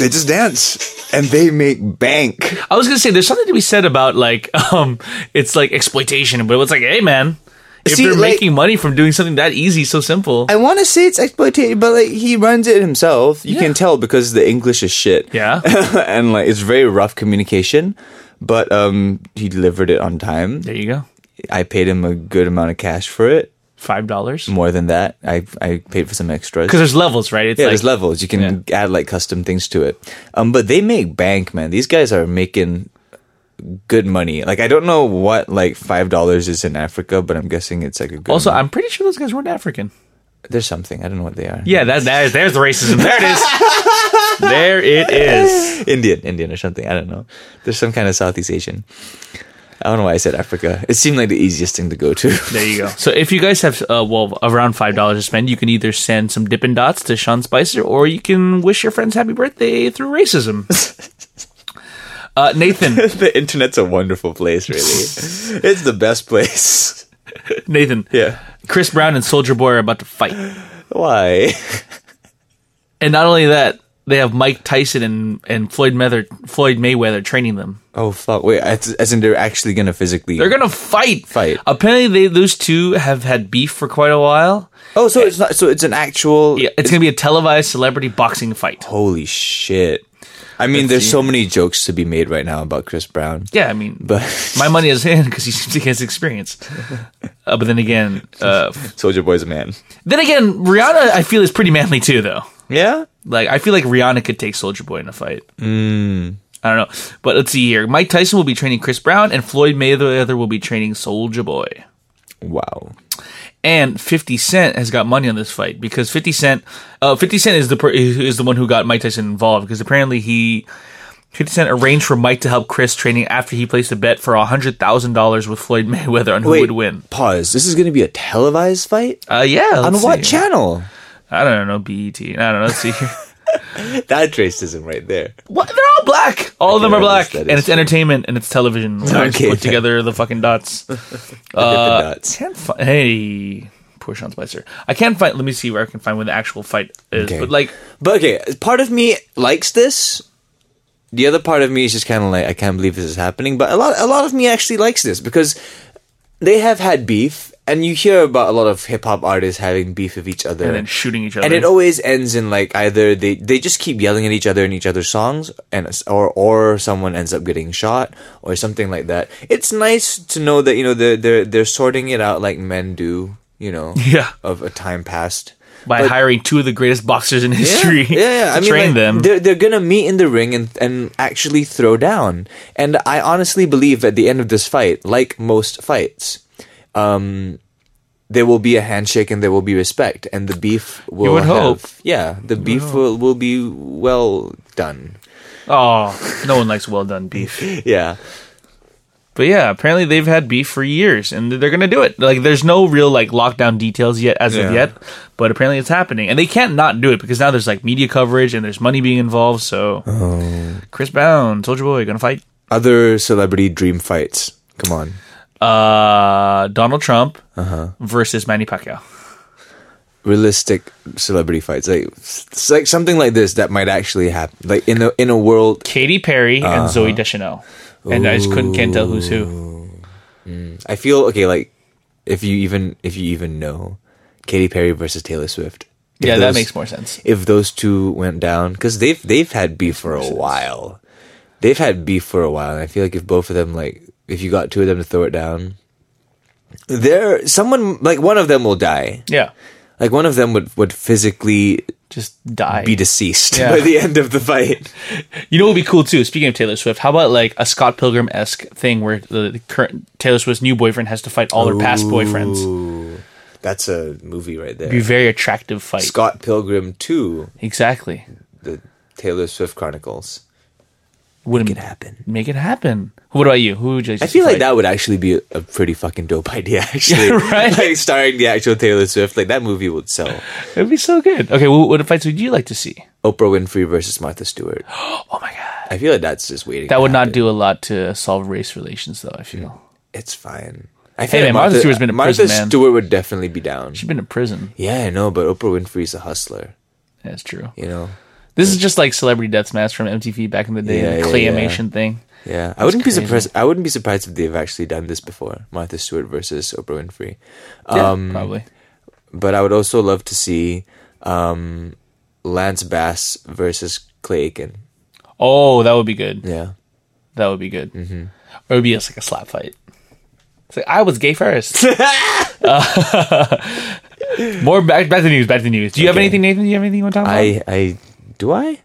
Speaker 4: they just dance and they make bank.
Speaker 3: i was gonna say there's something to be said about like um it's like exploitation but it's like hey man if
Speaker 4: See,
Speaker 3: you're
Speaker 4: like-
Speaker 3: making money from doing something that easy so simple
Speaker 4: I want to say it's exploitative, but like he runs it himself. You
Speaker 3: Yeah.
Speaker 4: can tell because the English is shit.
Speaker 3: Yeah.
Speaker 4: and like it's very rough communication, but um he delivered it on time.
Speaker 3: There you go.
Speaker 4: I paid him a good amount of cash for it.
Speaker 3: five dollars
Speaker 4: more than that. I I paid for some extras.
Speaker 3: because there's levels, right? It's
Speaker 4: yeah,
Speaker 3: like,
Speaker 4: there's levels. You can add like custom things to it. Um, but they make bank, man. These guys are making good money. Like I don't know what like five dollars is in Africa, but I'm guessing it's like a good.
Speaker 3: Also,
Speaker 4: amount.
Speaker 3: I'm pretty sure those guys weren't African.
Speaker 4: there's something I don't know what they are.
Speaker 3: Yeah, that, that is, there's the racism. There it is. there it is.
Speaker 4: Indian, Indian or something. I don't know. There's some kind of Southeast Asian. I don't know why I said Africa. It seemed like the easiest thing to go to.
Speaker 3: There you go. So if you guys have uh, well around five dollars to spend, you can either send some Dippin' Dots to Sean Spicer, or you can wish your friends happy birthday through racism. Uh, Nathan,
Speaker 4: the internet's a wonderful place, really. it's the best place.
Speaker 3: Nathan,
Speaker 4: Yeah.
Speaker 3: Chris Brown and Soldier Boy are about to fight,
Speaker 4: Why?
Speaker 3: and not only that, they have Mike Tyson and and Floyd Mather, Floyd Mayweather training them.
Speaker 4: Oh fuck! Wait, as, as in they're actually gonna physically.
Speaker 3: They're gonna fight.
Speaker 4: Fight.
Speaker 3: Apparently, they those two have had beef for quite a while.
Speaker 4: Oh, so it's not. So it's an actual.
Speaker 3: Yeah, it's gonna be a televised celebrity boxing fight.
Speaker 4: Holy shit! I mean, there's so many jokes to be made right now about Chris Brown,
Speaker 3: Yeah, I mean,
Speaker 4: but
Speaker 3: my money is in because he seems to get his experience. Uh, but then again, uh, f-
Speaker 4: Soldier Boy's a man.
Speaker 3: then again, Rihanna I feel is pretty manly too, though.
Speaker 4: Yeah.
Speaker 3: Like I feel like Rihanna could take Soldier Boy in a fight. Mm. I don't know, but let's see here. Mike Tyson will be training Chris Brown, and Floyd Mayweather will be training Soldier Boy.
Speaker 4: Wow.
Speaker 3: And Fifty Cent has got money on this fight because Fifty Cent, uh, Fifty Cent is the per- is the one who got Mike Tyson involved because apparently he. 50 Cent arranged for Mike to help Chris training after he placed a bet for $100,000 with Floyd Mayweather on who would win.
Speaker 4: Pause. This is gonna be a televised fight
Speaker 3: Uh, yeah.
Speaker 4: on
Speaker 3: let's
Speaker 4: what
Speaker 3: see.
Speaker 4: channel?
Speaker 3: I don't know. BET. I don't know. Let's see. here.
Speaker 4: That racism right there.
Speaker 3: what? They're all black. All of them
Speaker 4: Okay,
Speaker 3: are
Speaker 4: that
Speaker 3: black,
Speaker 4: is- that
Speaker 3: and
Speaker 4: is
Speaker 3: it's entertainment, and it's television. So I just
Speaker 4: Okay,
Speaker 3: put
Speaker 4: then.
Speaker 3: together the fucking dots. Uh,
Speaker 4: The nuts.
Speaker 3: Can't fi- hey, poor Sean Spicer. I can't find. Let me see where I can find where the actual fight is.
Speaker 4: Okay.
Speaker 3: But like,
Speaker 4: But okay, part of me likes this. The other part of me is just kind of like, I can't believe this is happening. But a lot, a lot of me actually likes this because they have had beef, and you hear about a lot of hip hop artists having beef with each other
Speaker 3: and then shooting each other.
Speaker 4: and it always ends in like either they they just keep yelling at each other in each other's songs, and or or someone ends up getting shot or something like that. It's nice to know that you know they're they're they're sorting it out like men do, you know,
Speaker 3: Yeah.
Speaker 4: of a time past.
Speaker 3: by
Speaker 4: but-
Speaker 3: hiring two of the greatest boxers in history
Speaker 4: Yeah, yeah, yeah.
Speaker 3: to
Speaker 4: I mean,
Speaker 3: train
Speaker 4: like,
Speaker 3: them.
Speaker 4: They're they're gonna meet in the ring and and actually throw down. And I honestly believe at the end of this fight, like most fights, um, there will be a handshake and there will be respect, and the beef will.
Speaker 3: would hope.
Speaker 4: have- yeah, the beef will will be well done.
Speaker 3: Oh, no one likes well done beef.
Speaker 4: Yeah,
Speaker 3: But yeah, apparently they've had beef for years, and they're gonna do it. Like, there's no real like lockdown details yet, as of
Speaker 4: Yeah.
Speaker 3: yet, but apparently it's happening, and they can't not do it because now there's like media coverage and there's money being involved. So, Chris Brown, Soldier Boy, gonna fight.
Speaker 4: other celebrity dream fights. Come on,
Speaker 3: Uh, Donald Trump versus Manny Pacquiao.
Speaker 4: realistic celebrity fights like it's like something like this that might actually happen. Like in a in a world,
Speaker 3: Katy Perry and Zoe Deschanel. And I just couldn't can't tell who's who.
Speaker 4: I feel okay. Like if you even if you even know Katy Perry versus Taylor Swift. If
Speaker 3: Yeah, that
Speaker 4: those-
Speaker 3: makes more sense.
Speaker 4: If those two went down, because they've they've had beef for a while, they've had beef for a while, and I feel like if both of them like if you got two of them to throw it down, there someone like one of them will die.
Speaker 3: Yeah,
Speaker 4: Like one of them would would physically
Speaker 3: just die.
Speaker 4: be deceased
Speaker 3: Yeah.
Speaker 4: by the end of the fight.
Speaker 3: You know what would be cool too? Speaking of Taylor Swift, how about like a Scott Pilgrim esque thing where the, the current Taylor Swift's new boyfriend has to fight all her past boyfriends?
Speaker 4: That's a movie right
Speaker 3: Be a
Speaker 4: there.
Speaker 3: very attractive fight.
Speaker 4: Scott Pilgrim Two:
Speaker 3: exactly.
Speaker 4: The Taylor Swift Chronicles.
Speaker 3: Wouldn't
Speaker 4: Could happen.
Speaker 3: Make it happen. What about you? Who would you? Like
Speaker 4: I feel like that would actually be a pretty fucking dope idea, actually.
Speaker 3: right?
Speaker 4: Like starring the actual Taylor Swift, like that movie would sell.
Speaker 3: It'd be so good. Okay, what, what fights would you like to see?
Speaker 4: Oprah Winfrey versus Martha Stewart.
Speaker 3: Oh my god,
Speaker 4: I feel like that's just waiting.
Speaker 3: that
Speaker 4: to
Speaker 3: would not
Speaker 4: happen.
Speaker 3: do a lot to solve race relations, though. I feel
Speaker 4: It's fine. I
Speaker 3: Hey,
Speaker 4: like
Speaker 3: man, Martha Stewart's been in
Speaker 4: Martha
Speaker 3: prison, man.
Speaker 4: Stewart would definitely be down.
Speaker 3: she's been in prison.
Speaker 4: Yeah, I know, but Oprah Winfrey's a hustler.
Speaker 3: That's true.
Speaker 4: You know.
Speaker 3: This is just like Celebrity Death Match from MTV back in the day,
Speaker 4: Yeah,
Speaker 3: the
Speaker 4: yeah, yeah.
Speaker 3: claymation thing.
Speaker 4: Yeah, I wouldn't
Speaker 3: crazy.
Speaker 4: be surprised. I wouldn't be surprised if they've actually done this before, Martha Stewart versus Oprah Winfrey. Um,
Speaker 3: Yeah, probably.
Speaker 4: But I would also love to see um, Lance Bass versus Clay Aiken.
Speaker 3: Oh, that would be good.
Speaker 4: Yeah.
Speaker 3: That
Speaker 4: Mm-hmm.
Speaker 3: would be good. Or it would be just like a slap fight. It's like I was gay first. Uh, More back back to the news. Back to the news. Do you have
Speaker 4: Okay.
Speaker 3: anything, Nathan? Do you have anything you want to talk about?
Speaker 4: I I do I?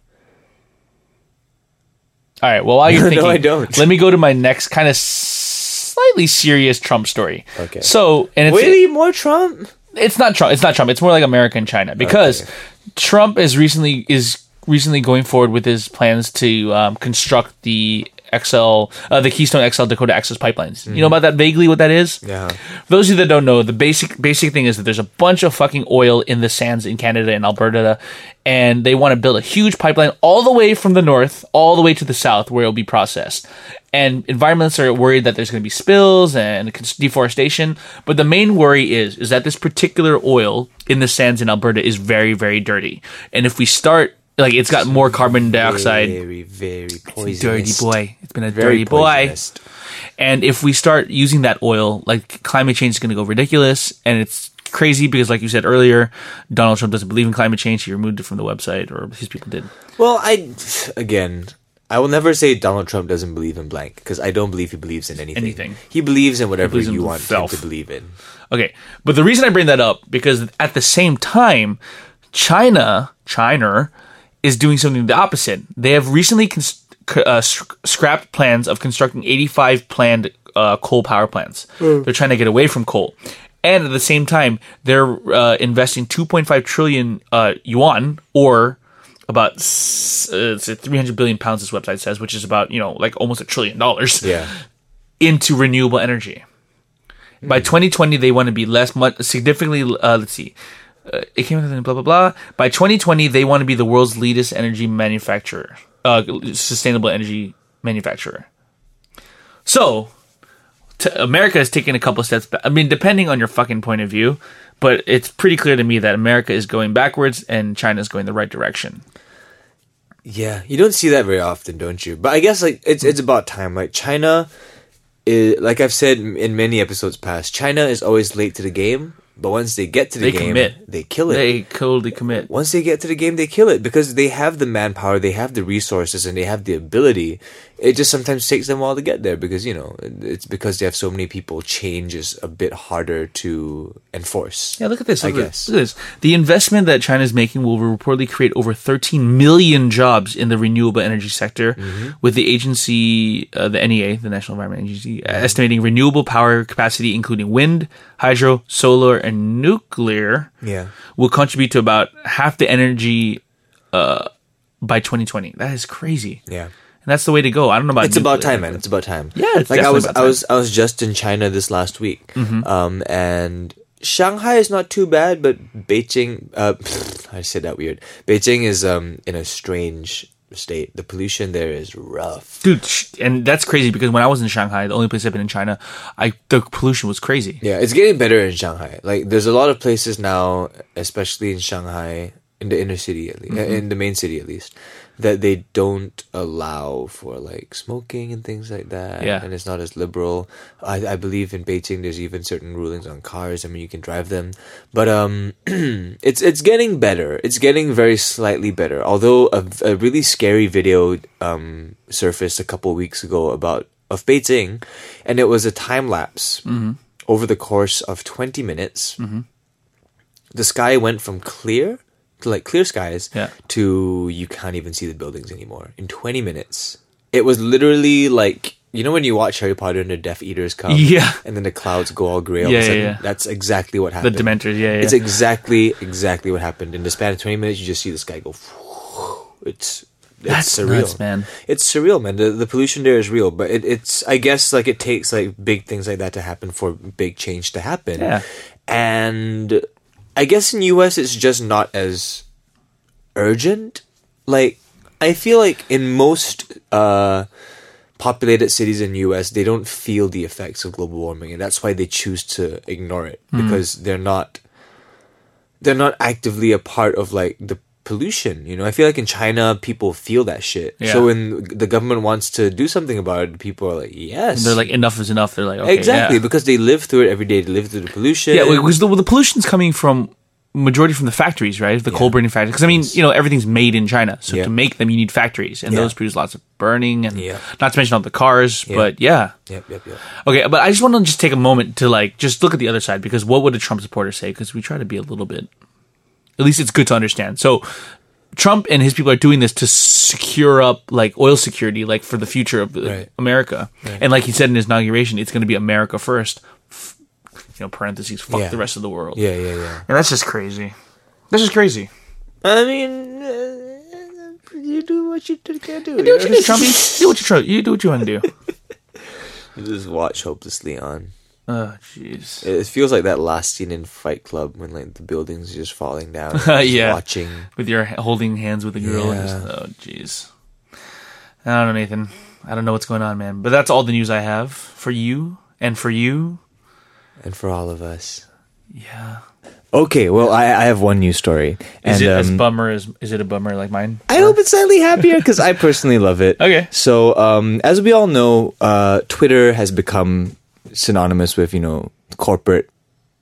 Speaker 3: All right. Well, while you're
Speaker 4: No,
Speaker 3: thinking,
Speaker 4: I don't.
Speaker 3: Let me go to my next kind of slightly serious Trump story.
Speaker 4: Okay.
Speaker 3: So, and it's
Speaker 4: Really more Trump?
Speaker 3: it's not Trump. It's not Trump. It's more like America and China because Trump is recently is recently going forward with his plans to um, construct the XL, uh, the Keystone XL Dakota Access pipelines. You know about that vaguely? What that is?
Speaker 4: Mm-hmm. Yeah.
Speaker 3: For those of you that don't know, the basic basic thing is that there's a bunch of fucking oil in the sands in Canada and Alberta, and they want to build a huge pipeline all the way from the north all the way to the south where it'll be processed. And environmentalists are worried that there's going to be spills and cons- deforestation, but the main worry is is that this particular oil in the sands in Alberta is very very dirty, and if we start like it's got more carbon dioxide.
Speaker 4: Very, very
Speaker 3: Dirty
Speaker 4: poisonous.
Speaker 3: boy, it's been a
Speaker 4: Very
Speaker 3: dirty boy.
Speaker 4: poisonous.
Speaker 3: And if we start using that oil, like climate change is going to go ridiculous, and it's crazy because, like you said earlier, Donald Trump doesn't believe in climate change. He removed it from the website, or his people did.
Speaker 4: Well, I again, I will never say Donald Trump doesn't believe in blank because I don't believe he believes in anything.
Speaker 3: Anything.
Speaker 4: He believes in whatever
Speaker 3: believes in
Speaker 4: you want
Speaker 3: himself.
Speaker 4: him to believe in.
Speaker 3: Okay, but the reason I bring that up because at the same time, China, China, is doing something the opposite. They have recently cons- c- uh, sc- scrapped plans of constructing 85 planned uh, coal power plants. They're trying to get away from coal, and at the same time, they're uh, investing 2.5 trillion uh, yuan or about s- uh, it's 300 billion pounds. This website says, which is about you know like almost a trillion dollars
Speaker 4: Yeah.
Speaker 3: into renewable energy.
Speaker 4: Hmm.
Speaker 3: By 2020, they want to be less, much significantly. Uh, let's see, uh, it came out in blah blah blah. By 2020, they want to be the world's leadest energy manufacturer, uh, sustainable energy manufacturer. So, t- America has taken a couple steps. back. I mean, depending on your fucking point of view, but it's pretty clear to me that America is going backwards and China's going the right direction.
Speaker 4: Yeah, you don't see that very often, don't you? But I guess like it's it's about time. Like China, is, like I've said m- in many episodes past, China is always late to the game. But once they get to the
Speaker 3: They
Speaker 4: game,
Speaker 3: commit.
Speaker 4: they kill it.
Speaker 3: They totally commit.
Speaker 4: once they get to the game, they kill it because they have the manpower, they have the resources, and they have the ability. It just sometimes takes them a while to get there because you know it's because they have so many people. Change is a bit harder to enforce.
Speaker 3: Yeah, look at this.
Speaker 4: I
Speaker 3: Look, at
Speaker 4: guess.
Speaker 3: This. look at this. The investment that China's making will reportedly create over 13 million jobs in the renewable energy sector,
Speaker 4: Mm-hmm.
Speaker 3: with the agency, uh, the NEA, the National Environment Agency, uh, estimating renewable power capacity, including wind, hydro, solar, and nuclear,
Speaker 4: Yeah.
Speaker 3: will contribute to about half the energy uh, by 2020. That is crazy.
Speaker 4: Yeah.
Speaker 3: And that's the way to go. I don't know about
Speaker 4: It's about
Speaker 3: nuclear.
Speaker 4: time, man. It's about time.
Speaker 3: Yeah, it's
Speaker 4: like I
Speaker 3: definitely
Speaker 4: was,
Speaker 3: about
Speaker 4: I
Speaker 3: time. Mm-hmm.
Speaker 4: was, I was just in China this last week, um, and Shanghai is not too bad, but Beijing, uh, I said that weird. Beijing is um in a strange state. The pollution there is rough.
Speaker 3: Dude, sh- and that's crazy because when I was in Shanghai, the only place I've been in China, I the pollution was crazy.
Speaker 4: Yeah, it's getting better in Shanghai. Like, there's a lot of places now, especially in Shanghai, in the inner city, at least, in the main city at least, that they don't allow for like smoking and things like that.
Speaker 3: Yeah.
Speaker 4: and it's not as liberal. I, I believe in Beijing, there's even certain rulings on cars. I mean, you can drive them, but um, it's it's getting better. It's getting very slightly better. Although a, a really scary video um surfaced a couple weeks ago about of Beijing, and it was a time lapse over the course of 20 minutes,
Speaker 3: Mm-hmm.
Speaker 4: the sky went from clear to like clear skies
Speaker 3: Yeah.
Speaker 4: to you can't even see the buildings anymore in 20 minutes. It was literally like you know when you watch Harry Potter and the Death Eaters come,
Speaker 3: Yeah.
Speaker 4: and then the clouds go all gray. all of a
Speaker 3: Yeah, yeah,
Speaker 4: sudden?
Speaker 3: yeah.
Speaker 4: That's exactly what
Speaker 3: The
Speaker 4: happened.
Speaker 3: Dementors, yeah, yeah.
Speaker 4: It's exactly exactly what happened in the span of 20 minutes. You just see the sky go. It's it's
Speaker 3: That's
Speaker 4: surreal,
Speaker 3: nuts, man.
Speaker 4: It's surreal, man. The, the pollution there is real, but it, it's I guess like it takes like big things like that to happen for big change to happen.
Speaker 3: Yeah.
Speaker 4: and I guess in US it's just not as urgent. Like I feel like in most uh, populated cities in US, they don't feel the effects of global warming, and that's why they choose to ignore it
Speaker 3: Mm.
Speaker 4: because they're not they're not actively a part of like the pollution you know i feel like in china people feel that shit
Speaker 3: Yeah.
Speaker 4: so when the government wants to do something about it people are like yes
Speaker 3: They're like, enough is enough. They're like, okay,
Speaker 4: exactly
Speaker 3: Yeah,
Speaker 4: because they live through it every day they live through the pollution
Speaker 3: yeah because the, the pollution's coming from majority from the factories, right? The coal burning factories. Because I mean, you know, everything's made in China, so
Speaker 4: Yeah.
Speaker 3: to make them, you need factories, and
Speaker 4: Yeah.
Speaker 3: those produce lots of burning, and
Speaker 4: Yeah.
Speaker 3: not to mention all the cars. But yeah,
Speaker 4: Yep, yep, yep.
Speaker 3: okay. But I just want to just take a moment to like just look at the other side because what would a Trump supporter say? Because we try to be a little bit. At least it's good to understand. So. Trump and his people are doing this to secure up like oil security, like for the future of uh,
Speaker 4: Right.
Speaker 3: America. And like he said in his inauguration, it's going to be America first. F- you know, parentheses, fuck
Speaker 4: Yeah.
Speaker 3: the rest of the world.
Speaker 4: Yeah, yeah, yeah.
Speaker 3: And that's just crazy. That's just crazy.
Speaker 4: I mean, uh, you do what you do- can do.
Speaker 3: Do what you do, Trumpy. Do what you try. You do what you want to do.
Speaker 4: Just watch hopelessly on.
Speaker 3: Oh, jeez.
Speaker 4: It feels like that last scene in Fight Club when like the buildings are just falling down. and you're just
Speaker 3: Yeah.
Speaker 4: watching.
Speaker 3: With your holding hands with a girl. and just-
Speaker 4: Yeah.
Speaker 3: oh, jeez. I don't know, Nathan. I don't know what's going on, man. But that's all the news I have for you and for you.
Speaker 4: And for all of us.
Speaker 3: Yeah.
Speaker 4: Okay, well, I, I have one news story,
Speaker 3: Is
Speaker 4: and
Speaker 3: it as
Speaker 4: um,
Speaker 3: bummer as is it a bummer like mine?
Speaker 4: I hope it's slightly happier because I personally love it.
Speaker 3: Okay.
Speaker 4: So, um, as we all know, uh, Twitter has become synonymous with you know corporate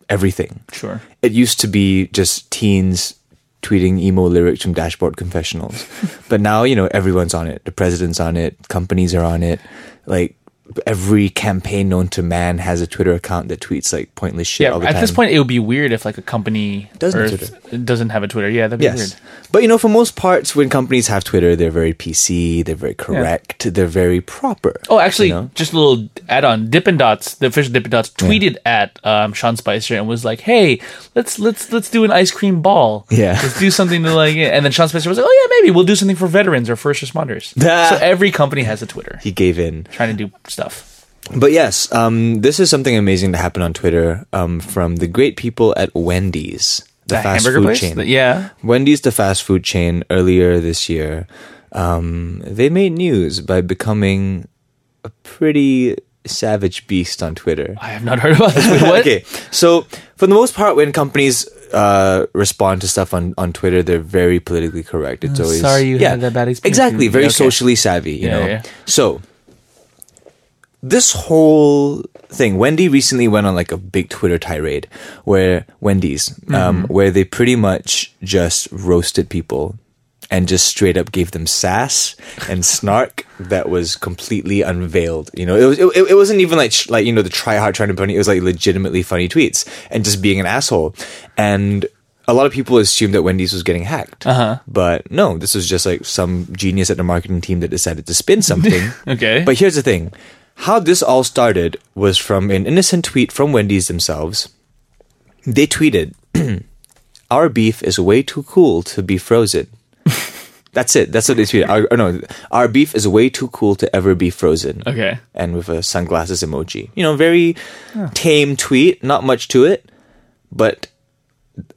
Speaker 4: everything.
Speaker 3: Sure.
Speaker 4: It used to be just teens tweeting emo lyrics from dashboard confessionals, but now you know everyone's on it. The president's on it. Companies are on it. Like every campaign known to man has a Twitter account that tweets like pointless shit.
Speaker 3: Yeah.
Speaker 4: all the
Speaker 3: At this
Speaker 4: time.
Speaker 3: point, it would be weird if like a company
Speaker 4: Doesn't
Speaker 3: or
Speaker 4: have
Speaker 3: if- doesn't have a Twitter. Yeah, that'd be
Speaker 4: Yes.
Speaker 3: weird.
Speaker 4: But you know, for most parts, when companies have Twitter, they're very PC, they're very correct, they're very proper.
Speaker 3: Oh, actually,
Speaker 4: you know?
Speaker 3: just a little add-on. Dippin' Dots, the official Dippin' Dots, tweeted at um, Sean Spicer and was like, "Hey, let's let's let's do an ice cream ball.
Speaker 4: Yeah.
Speaker 3: let's do something to like." And then Sean Spicer was like, "Oh yeah, maybe we'll do something for veterans or first responders."
Speaker 4: Ah.
Speaker 3: So every company has a Twitter
Speaker 4: he gave in.
Speaker 3: trying to do stuff.
Speaker 4: But yes, um, this is something amazing that happened on Twitter um, from the great people at Wendy's, the,
Speaker 3: That
Speaker 4: fast
Speaker 3: hamburger
Speaker 4: food
Speaker 3: place?
Speaker 4: chain.
Speaker 3: The- yeah.
Speaker 4: Wendy's, the fast food chain, earlier this year, um, they made news by becoming a pretty savage beast on Twitter.
Speaker 3: I have not heard about this. Wait, what?
Speaker 4: okay. So for the most part, when companies uh, respond to stuff on, on Twitter, they're very politically correct. It's always
Speaker 3: Mm, sorry you had that bad experience.
Speaker 4: Exactly, very
Speaker 3: Okay.
Speaker 4: socially savvy. You
Speaker 3: Yeah,
Speaker 4: know.
Speaker 3: yeah.
Speaker 4: So this whole thing, Wendy recently went on like a big Twitter tirade where Wendy's, um, where they pretty much just roasted people. And just straight up gave them sass and snark that was completely unveiled. You know, it was it, it wasn't even like sh- like you know the try hard trying to be funny. It was like legitimately funny tweets and just being an asshole. And a lot of people assumed that Wendy's was getting hacked, uh-huh. but no, this was just like some genius at the marketing team that decided to spin something.
Speaker 3: Okay.
Speaker 4: But here's the thing how this all started was from an innocent tweet from Wendy's themselves. They tweeted, Our beef is way too cool to be frozen. That's it. That's what they tweeted. Our, oh, no, our beef is way too cool to ever be frozen.
Speaker 3: Okay.
Speaker 4: And with a sunglasses emoji. You know, very tame tweet, not much to it. But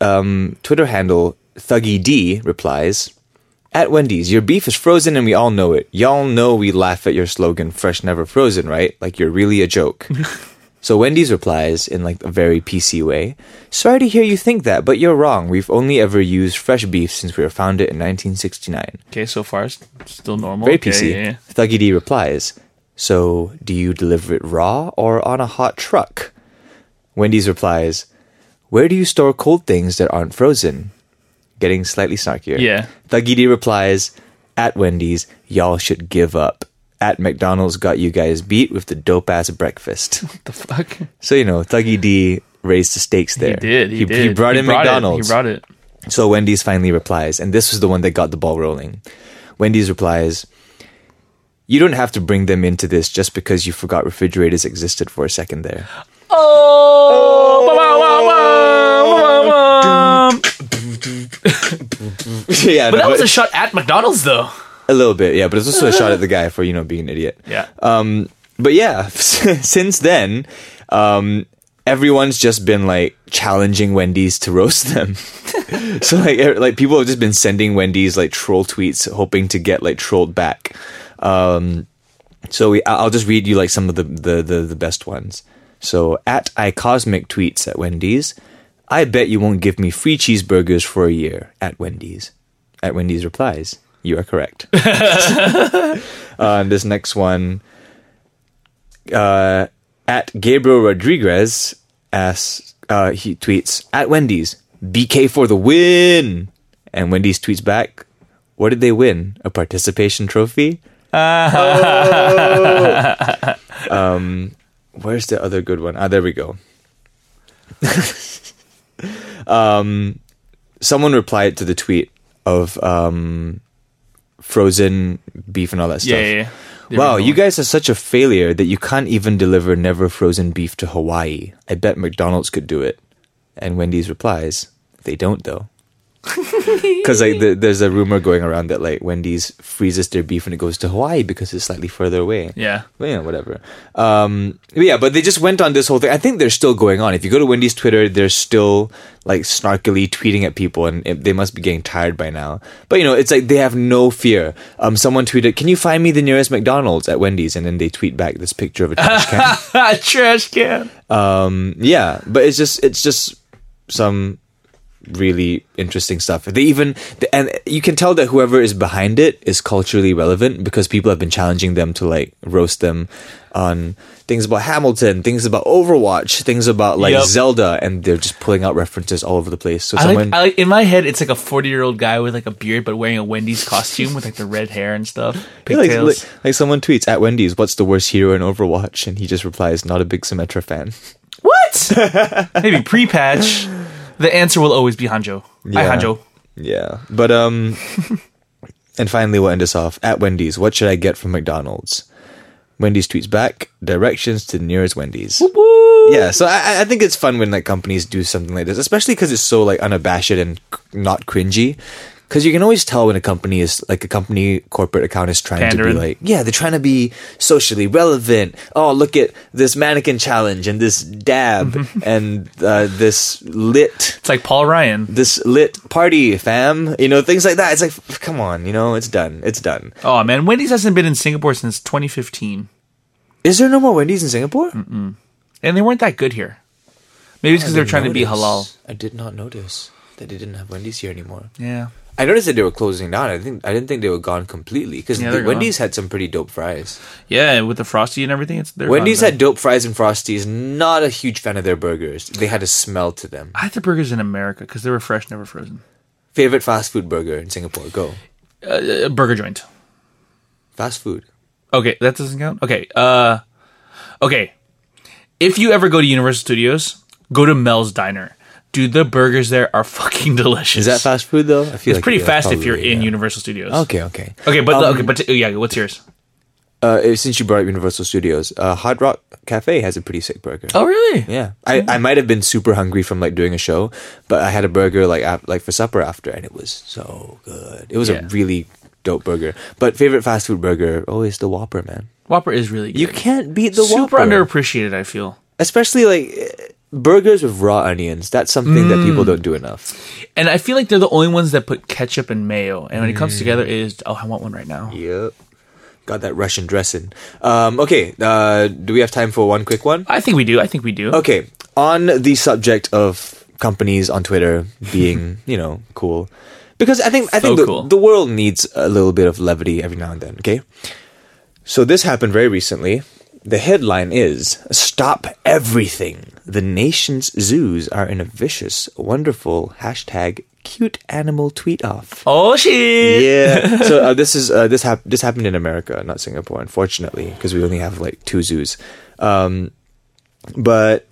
Speaker 4: um, Twitter handle Thuggy D replies, at Wendy's, your beef is frozen and we all know it. Y'all know we laugh at your slogan, fresh never frozen, right? Like you're really a joke. so Wendy's replies in like a very PC way Sorry to hear you think that, but you're wrong. We've only ever used fresh beef since we were founded in 1969.
Speaker 3: Okay. So far, it's still normal.
Speaker 4: Very
Speaker 3: okay,
Speaker 4: PC.
Speaker 3: yeah, yeah.
Speaker 4: Thuggy D replies, So do you deliver it raw or on a hot truck? Wendy's replies, Where do you store cold things that aren't frozen? Getting slightly snarkier.
Speaker 3: Yeah.
Speaker 4: Thuggy D replies, At Wendy's, y'all should give up. At McDonald's got you guys beat with the dope ass breakfast.
Speaker 3: What the fuck?
Speaker 4: so you know, Thuggy D raised the stakes there.
Speaker 3: He did. He, did.
Speaker 4: he brought in
Speaker 3: it.
Speaker 4: McDonald's.
Speaker 3: He brought it.
Speaker 4: So Wendy's finally replies, and this was the one that got the ball rolling. Wendy's replies, You don't have to bring them into this just because you forgot refrigerators existed for a second there.
Speaker 3: Oh, ba- ba- ba- ba- ba- ba- ba-
Speaker 4: yeah,
Speaker 3: but
Speaker 4: no,
Speaker 3: that was a shot at McDonald's, though.
Speaker 4: a little bit, yeah, but it's also a shot at the guy for, you know, being an idiot.
Speaker 3: Yeah.
Speaker 4: Um, but yeah, since then, um, everyone's just been like challenging Wendy's to roast them. so like, er- like people have just been sending Wendy's like troll tweets, hoping to get like trolled back. Um, so we, I- I'll just read you like some of the the the, the best ones. So at iCosmic tweets at Wendy's, I bet you won't give me free cheeseburgers for a year at Wendy's. At Wendy's replies, you are correct. uh, this next one at Gabriel Rodriguez asks, uh, he uh, tweets, at Wendy's, BK for the win. And Wendy's tweets back, what did they win? A participation trophy? Oh. um, where's the other good one? Ah, there we go. um, someone replied to the tweet of um, frozen beef and all that stuff.
Speaker 3: Yeah, yeah, yeah. The
Speaker 4: Wow,
Speaker 3: original
Speaker 4: you guys are such a failure that you can't even deliver never frozen beef to Hawaii. I bet McDonald's could do it. And Wendy's replies, they don't though. Because like the, there's a rumor going around that like Wendy's freezes their beef and it goes to Hawaii because it's slightly further away.
Speaker 3: Yeah.
Speaker 4: Well, yeah, whatever. Um, but yeah, but they just went on this whole thing. I think they're still going on. If you go to Wendy's Twitter, they're still like snarkily tweeting at people, and it, they must be getting tired by now. But you know, it's like they have no fear. Um, someone tweeted, "Can you find me the nearest McDonald's at Wendy's?" And then they tweet back this picture of a trash can.
Speaker 3: trash can.
Speaker 4: Um, yeah, but it's just it's just some really interesting stuff. They even the- and you can tell that whoever is behind it is culturally relevant because people have been challenging them to like roast them on things about Hamilton, things about Overwatch, things about like
Speaker 3: Yep.
Speaker 4: Zelda, and they're just pulling out references all over the place. So
Speaker 3: I
Speaker 4: someone.
Speaker 3: like, I like, in my head, it's like a forty-year-old guy with like a beard, but wearing a Wendy's costume with like the red hair and stuff.
Speaker 4: Yeah, like,
Speaker 3: Pigtails.
Speaker 4: like, like someone tweets at Wendy's, "What's the worst hero in Overwatch?" and he just replies, "Not a big Symmetra fan."
Speaker 3: what? Maybe pre-patch. The answer will always be Hanjo. Hi,
Speaker 4: Yeah.
Speaker 3: Hanjo.
Speaker 4: Yeah. But um and finally we'll end us off at Wendy's. What should I get from McDonald's? Wendy's tweets back directions to the nearest Wendy's. Yeah, so I, I- I think it's fun when like companies do something like this, especially because it's so like unabashed and c- not cringy. Because you can always tell when a company is like a company corporate account is trying
Speaker 3: Pandering.
Speaker 4: to be like, yeah, they're trying to be socially relevant. Oh, look at this mannequin challenge and this dab and uh, this lit
Speaker 3: It's like Paul Ryan.
Speaker 4: this lit party, fam. You know, things like that. It's like, come on, you know, it's done. It's done.
Speaker 3: Oh man, Wendy's hasn't been in Singapore since 2015,
Speaker 4: Is there no more Wendy's in Singapore?
Speaker 3: and they weren't that good here. Maybe it's because they're trying to be halal.
Speaker 4: I did not notice that they didn't have Wendy's here anymore.
Speaker 3: Yeah.
Speaker 4: I noticed that they were closing down. I think I didn't think they were gone completely because
Speaker 3: Yeah, they're
Speaker 4: Wendy's had some pretty dope fries.
Speaker 3: Yeah, with the frosty and everything, it's they're
Speaker 4: Wendy's
Speaker 3: gone,
Speaker 4: had dope fries and frosties. Not a huge fan of their burgers. They had a smell to them.
Speaker 3: I had the burgers in America because they were fresh, never frozen.
Speaker 4: Favorite fast food burger in Singapore? Go
Speaker 3: A burger joint.
Speaker 4: fast food.
Speaker 3: Okay, that doesn't count. Okay, uh, okay. If you ever go to Universal Studios, go to Mel's Diner. Dude, the burgers there are fucking delicious.
Speaker 4: Is that fast food though? I feel
Speaker 3: It's
Speaker 4: like
Speaker 3: pretty
Speaker 4: it is,
Speaker 3: fast if
Speaker 4: probably,
Speaker 3: you're in
Speaker 4: yeah.
Speaker 3: Universal Studios.
Speaker 4: Okay, okay,
Speaker 3: Okay, but
Speaker 4: Um,
Speaker 3: okay, but yeah, what's yours?
Speaker 4: uh, since you brought up Universal Studios, uh, Hard Rock Cafe has a pretty sick burger.
Speaker 3: Oh, really?
Speaker 4: Yeah, I, I might have been super hungry from like doing a show, but I had a burger like af- like for supper after, and it was so good. It was
Speaker 3: Yeah.
Speaker 4: a really dope burger. But favorite fast food burger always the Whopper, man.
Speaker 3: Whopper is really good.
Speaker 4: You can't beat the
Speaker 3: super
Speaker 4: Whopper,
Speaker 3: underappreciated. I feel.
Speaker 4: especially like eh, burgers with raw onions. That's something that people don't do enough.
Speaker 3: And I feel like they're the only ones that put ketchup and mayo. And when it comes together, it is oh, I want one right now.
Speaker 4: Yep, got that Russian dressing. Um, okay, uh, do we have time for one quick one?
Speaker 3: I think we do. I think we do.
Speaker 4: Okay, on the subject of companies on Twitter being, you know, cool, because I think I
Speaker 3: So
Speaker 4: think the,
Speaker 3: cool.
Speaker 4: the world needs a little bit of levity every now and then. Okay, so this happened very recently. The headline is "Stop Everything." The nation's zoos are in a vicious, wonderful hashtag cute animal tweet off.
Speaker 3: Oh shit!
Speaker 4: Yeah. so uh, this is uh, this hap- this happened in America, not Singapore, unfortunately, because we only have like two zoos. Um, but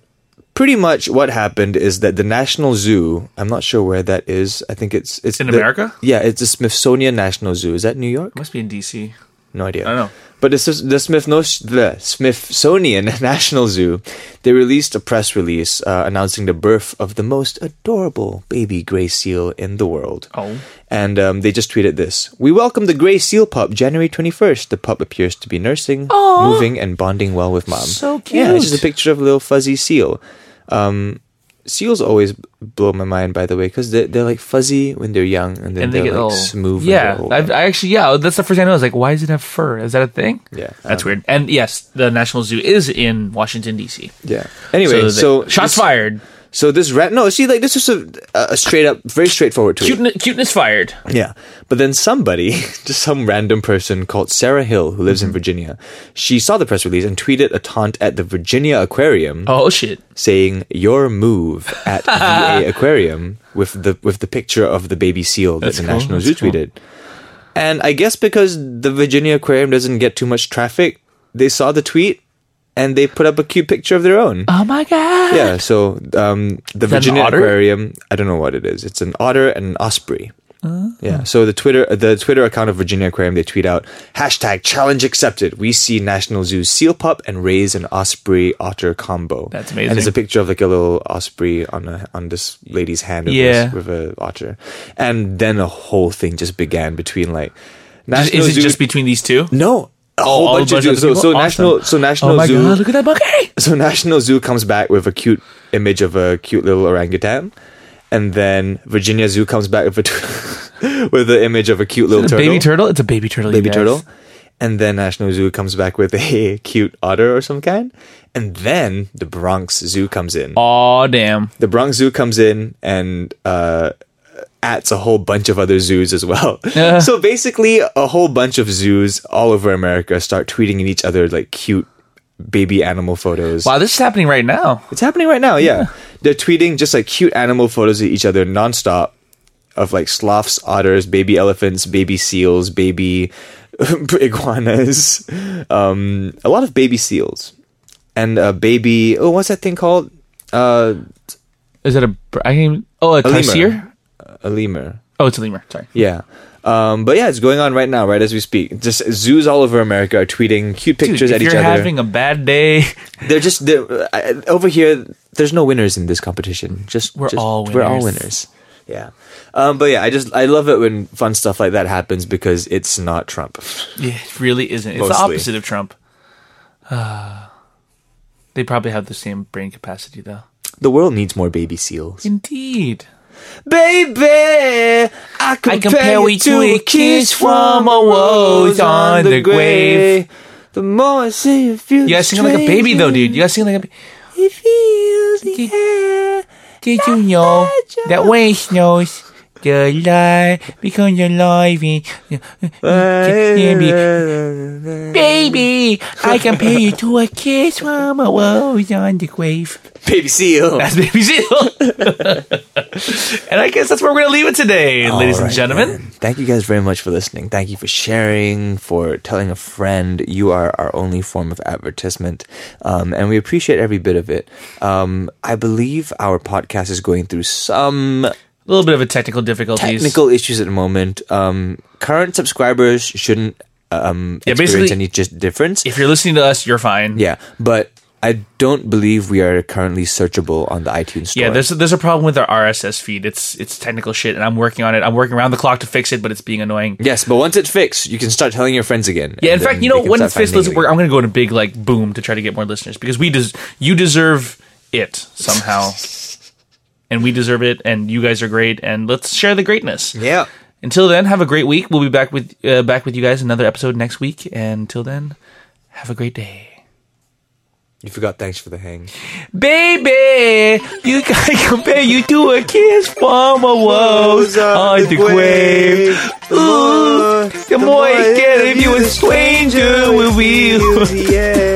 Speaker 4: pretty much what happened is that the National Zoo. I'm not sure where that is. I think it's it's
Speaker 3: In
Speaker 4: the-
Speaker 3: America?
Speaker 4: Yeah, it's the Smithsonian National Zoo. Is that New York?
Speaker 3: Must be in DC.
Speaker 4: No idea.
Speaker 3: I don't know.
Speaker 4: But this is the Smith no, the Smithsonian National Zoo. They released a press release uh, announcing the birth of the most adorable baby gray seal in the world.
Speaker 3: Oh.
Speaker 4: And um, they just tweeted this: "We welcome the gray seal pup, January twenty first. The pup appears to be nursing, moving, and bonding well with mom.
Speaker 3: So
Speaker 4: Yeah, it's
Speaker 3: cute.
Speaker 4: just a picture of a little fuzzy seal. Um, seals always blow my mind, by the way, because they're, they're like fuzzy when they're young, and then
Speaker 3: And they
Speaker 4: they're
Speaker 3: get
Speaker 4: like
Speaker 3: all
Speaker 4: smooth. when
Speaker 3: Yeah,
Speaker 4: they're older.
Speaker 3: I, I actually yeah, that's the first thing I know. I was like, why does it have fur? Is that a thing?
Speaker 4: Yeah. Um,
Speaker 3: that's weird. And yes, the National Zoo is in Washington D.C.
Speaker 4: Yeah. Anyway,
Speaker 3: they-
Speaker 4: so,
Speaker 3: shots
Speaker 4: this-
Speaker 3: fired.
Speaker 4: So this rat, no, see, like this was a, a straight up, very straightforward tweet.
Speaker 3: Cuteness, cuteness fired.
Speaker 4: Yeah. But then somebody, just some random person called Sarah Hill, who
Speaker 3: Mm-hmm.
Speaker 4: lives in Virginia, she saw the press release and tweeted a taunt at the Virginia Aquarium
Speaker 3: Oh shit!
Speaker 4: saying, Your move at VA Aquarium with the with the picture of the baby seal that the
Speaker 3: cool,
Speaker 4: National
Speaker 3: that's
Speaker 4: Zoo tweeted. And I guess because the Virginia Aquarium doesn't get too much traffic, they saw the tweet and they put up a cute picture of their own.
Speaker 3: Oh my god!
Speaker 4: Yeah, so um, the
Speaker 3: that an
Speaker 4: Virginia
Speaker 3: otter?
Speaker 4: Aquarium. I don't know what it is. It's an otter and an osprey.
Speaker 3: Ah.
Speaker 4: Yeah. So the Twitter the Twitter account of Virginia Aquarium they tweet out hashtag challenge accepted. We see National Zoo seal pup and raise an osprey otter combo.
Speaker 3: That's amazing.
Speaker 4: And it's a picture of like a little osprey on a, on this lady's hand. with
Speaker 3: Yeah.
Speaker 4: this- With a otter, and then a whole thing just began between like National
Speaker 3: Is it
Speaker 4: Zoo.
Speaker 3: just between these two?
Speaker 4: no. A whole
Speaker 3: all
Speaker 4: bunch
Speaker 3: a
Speaker 4: of
Speaker 3: bunch of
Speaker 4: zoos.
Speaker 3: people?
Speaker 4: So, so
Speaker 3: Awesome.
Speaker 4: national, so national
Speaker 3: Oh my
Speaker 4: zoo
Speaker 3: god! Look at that monkey!
Speaker 4: so National Zoo comes back with a cute image of a cute little orangutan, and then Virginia Zoo comes back with a t- with the image of a cute little
Speaker 3: A
Speaker 4: turtle,
Speaker 3: baby turtle. It's a baby turtle. you
Speaker 4: baby
Speaker 3: guys.
Speaker 4: turtle, and then National Zoo comes back with a cute otter or some kind, and then the Bronx Zoo comes in.
Speaker 3: Aw damn!
Speaker 4: The Bronx Zoo comes in and uh, adds a whole bunch of other zoos as well.
Speaker 3: Yeah.
Speaker 4: So basically, a whole bunch of zoos all over America start tweeting at each other like cute baby animal photos.
Speaker 3: Wow, this is happening right now.
Speaker 4: It's happening right now, yeah. They're tweeting just like cute animal photos of each other nonstop of like sloths, otters, baby elephants, baby seals, baby iguanas, um, a lot of baby seals, and a baby. Oh, what's that thing called? Uh,
Speaker 3: Is it a? br- I can't even, oh, a,
Speaker 4: lemur.
Speaker 3: tarsier?
Speaker 4: a lemur.
Speaker 3: Oh, it's a lemur. Sorry.
Speaker 4: Yeah. Um, but yeah, it's going on right now, right as we speak. Just zoos all over America are tweeting cute
Speaker 3: Dude,
Speaker 4: pictures
Speaker 3: if
Speaker 4: at
Speaker 3: you're
Speaker 4: each other.
Speaker 3: having a bad day,
Speaker 4: they're just they're, I, I- over here. There's no winners in this competition. Just
Speaker 3: We're
Speaker 4: just-
Speaker 3: all
Speaker 4: We're all
Speaker 3: winners.
Speaker 4: winners. Yeah. Um, but yeah, I just I love it when fun stuff like that happens because it's not Trump.
Speaker 3: yeah, it really isn't. It's the
Speaker 4: Mostly.
Speaker 3: opposite of Trump. Ah. they probably have the same brain capacity though.
Speaker 4: The world needs more baby seals.
Speaker 3: Indeed.
Speaker 4: Baby, I compare, you to a kiss from a rose on the grave. The more I see you feel.
Speaker 3: You guys sing like a baby though, dude. You guys sing like a.
Speaker 4: It feels the air.
Speaker 3: Did you know that when it snows, the light becomes alive? and- uh, Baby, I compare you to a kiss from a rose on the grave.
Speaker 4: Baby seal.
Speaker 3: That's Baby Seal. and I guess that's where we're going to leave it today, ladies
Speaker 4: All
Speaker 3: and
Speaker 4: right,
Speaker 3: gentlemen.
Speaker 4: man. Thank you guys very much for listening. Thank you for sharing, for telling a friend. You are our only form of advertisement, um, and we appreciate every bit of it. Um, I believe our podcast is going through some
Speaker 3: A little bit of a technical difficulties.
Speaker 4: technical issues at the moment. Um, current subscribers shouldn't um, experience
Speaker 3: basically-
Speaker 4: any just difference.
Speaker 3: If you're listening to us, you're fine.
Speaker 4: yeah, but I don't believe we are currently searchable on the iTunes store.
Speaker 3: Yeah, there's there's a problem with our RSS feed. It's it's technical shit, and I'm working on it. I'm working around the clock to fix it, but it's being annoying.
Speaker 4: Yes, but once it's fixed, you can start telling your friends again.
Speaker 3: Yeah, in
Speaker 4: and
Speaker 3: fact,
Speaker 4: then
Speaker 3: you
Speaker 4: they
Speaker 3: know,
Speaker 4: can
Speaker 3: when
Speaker 4: start
Speaker 3: it's fixed,
Speaker 4: finding
Speaker 3: listen,
Speaker 4: you.
Speaker 3: we're, I'm going to go in a big like boom to try to get more listeners because we des- you deserve it somehow, and we deserve it, and you guys are great, and let's share the greatness.
Speaker 4: Yeah.
Speaker 3: Until then, have a great week. We'll be back with uh, back with you guys another episode next week. And until then, have a great day,
Speaker 4: You forgot thanks for the hang.
Speaker 3: baby. You I compare you to a kiss from a woes on the grave. Ooh, the more it get if you a stranger with you.
Speaker 4: Yeah.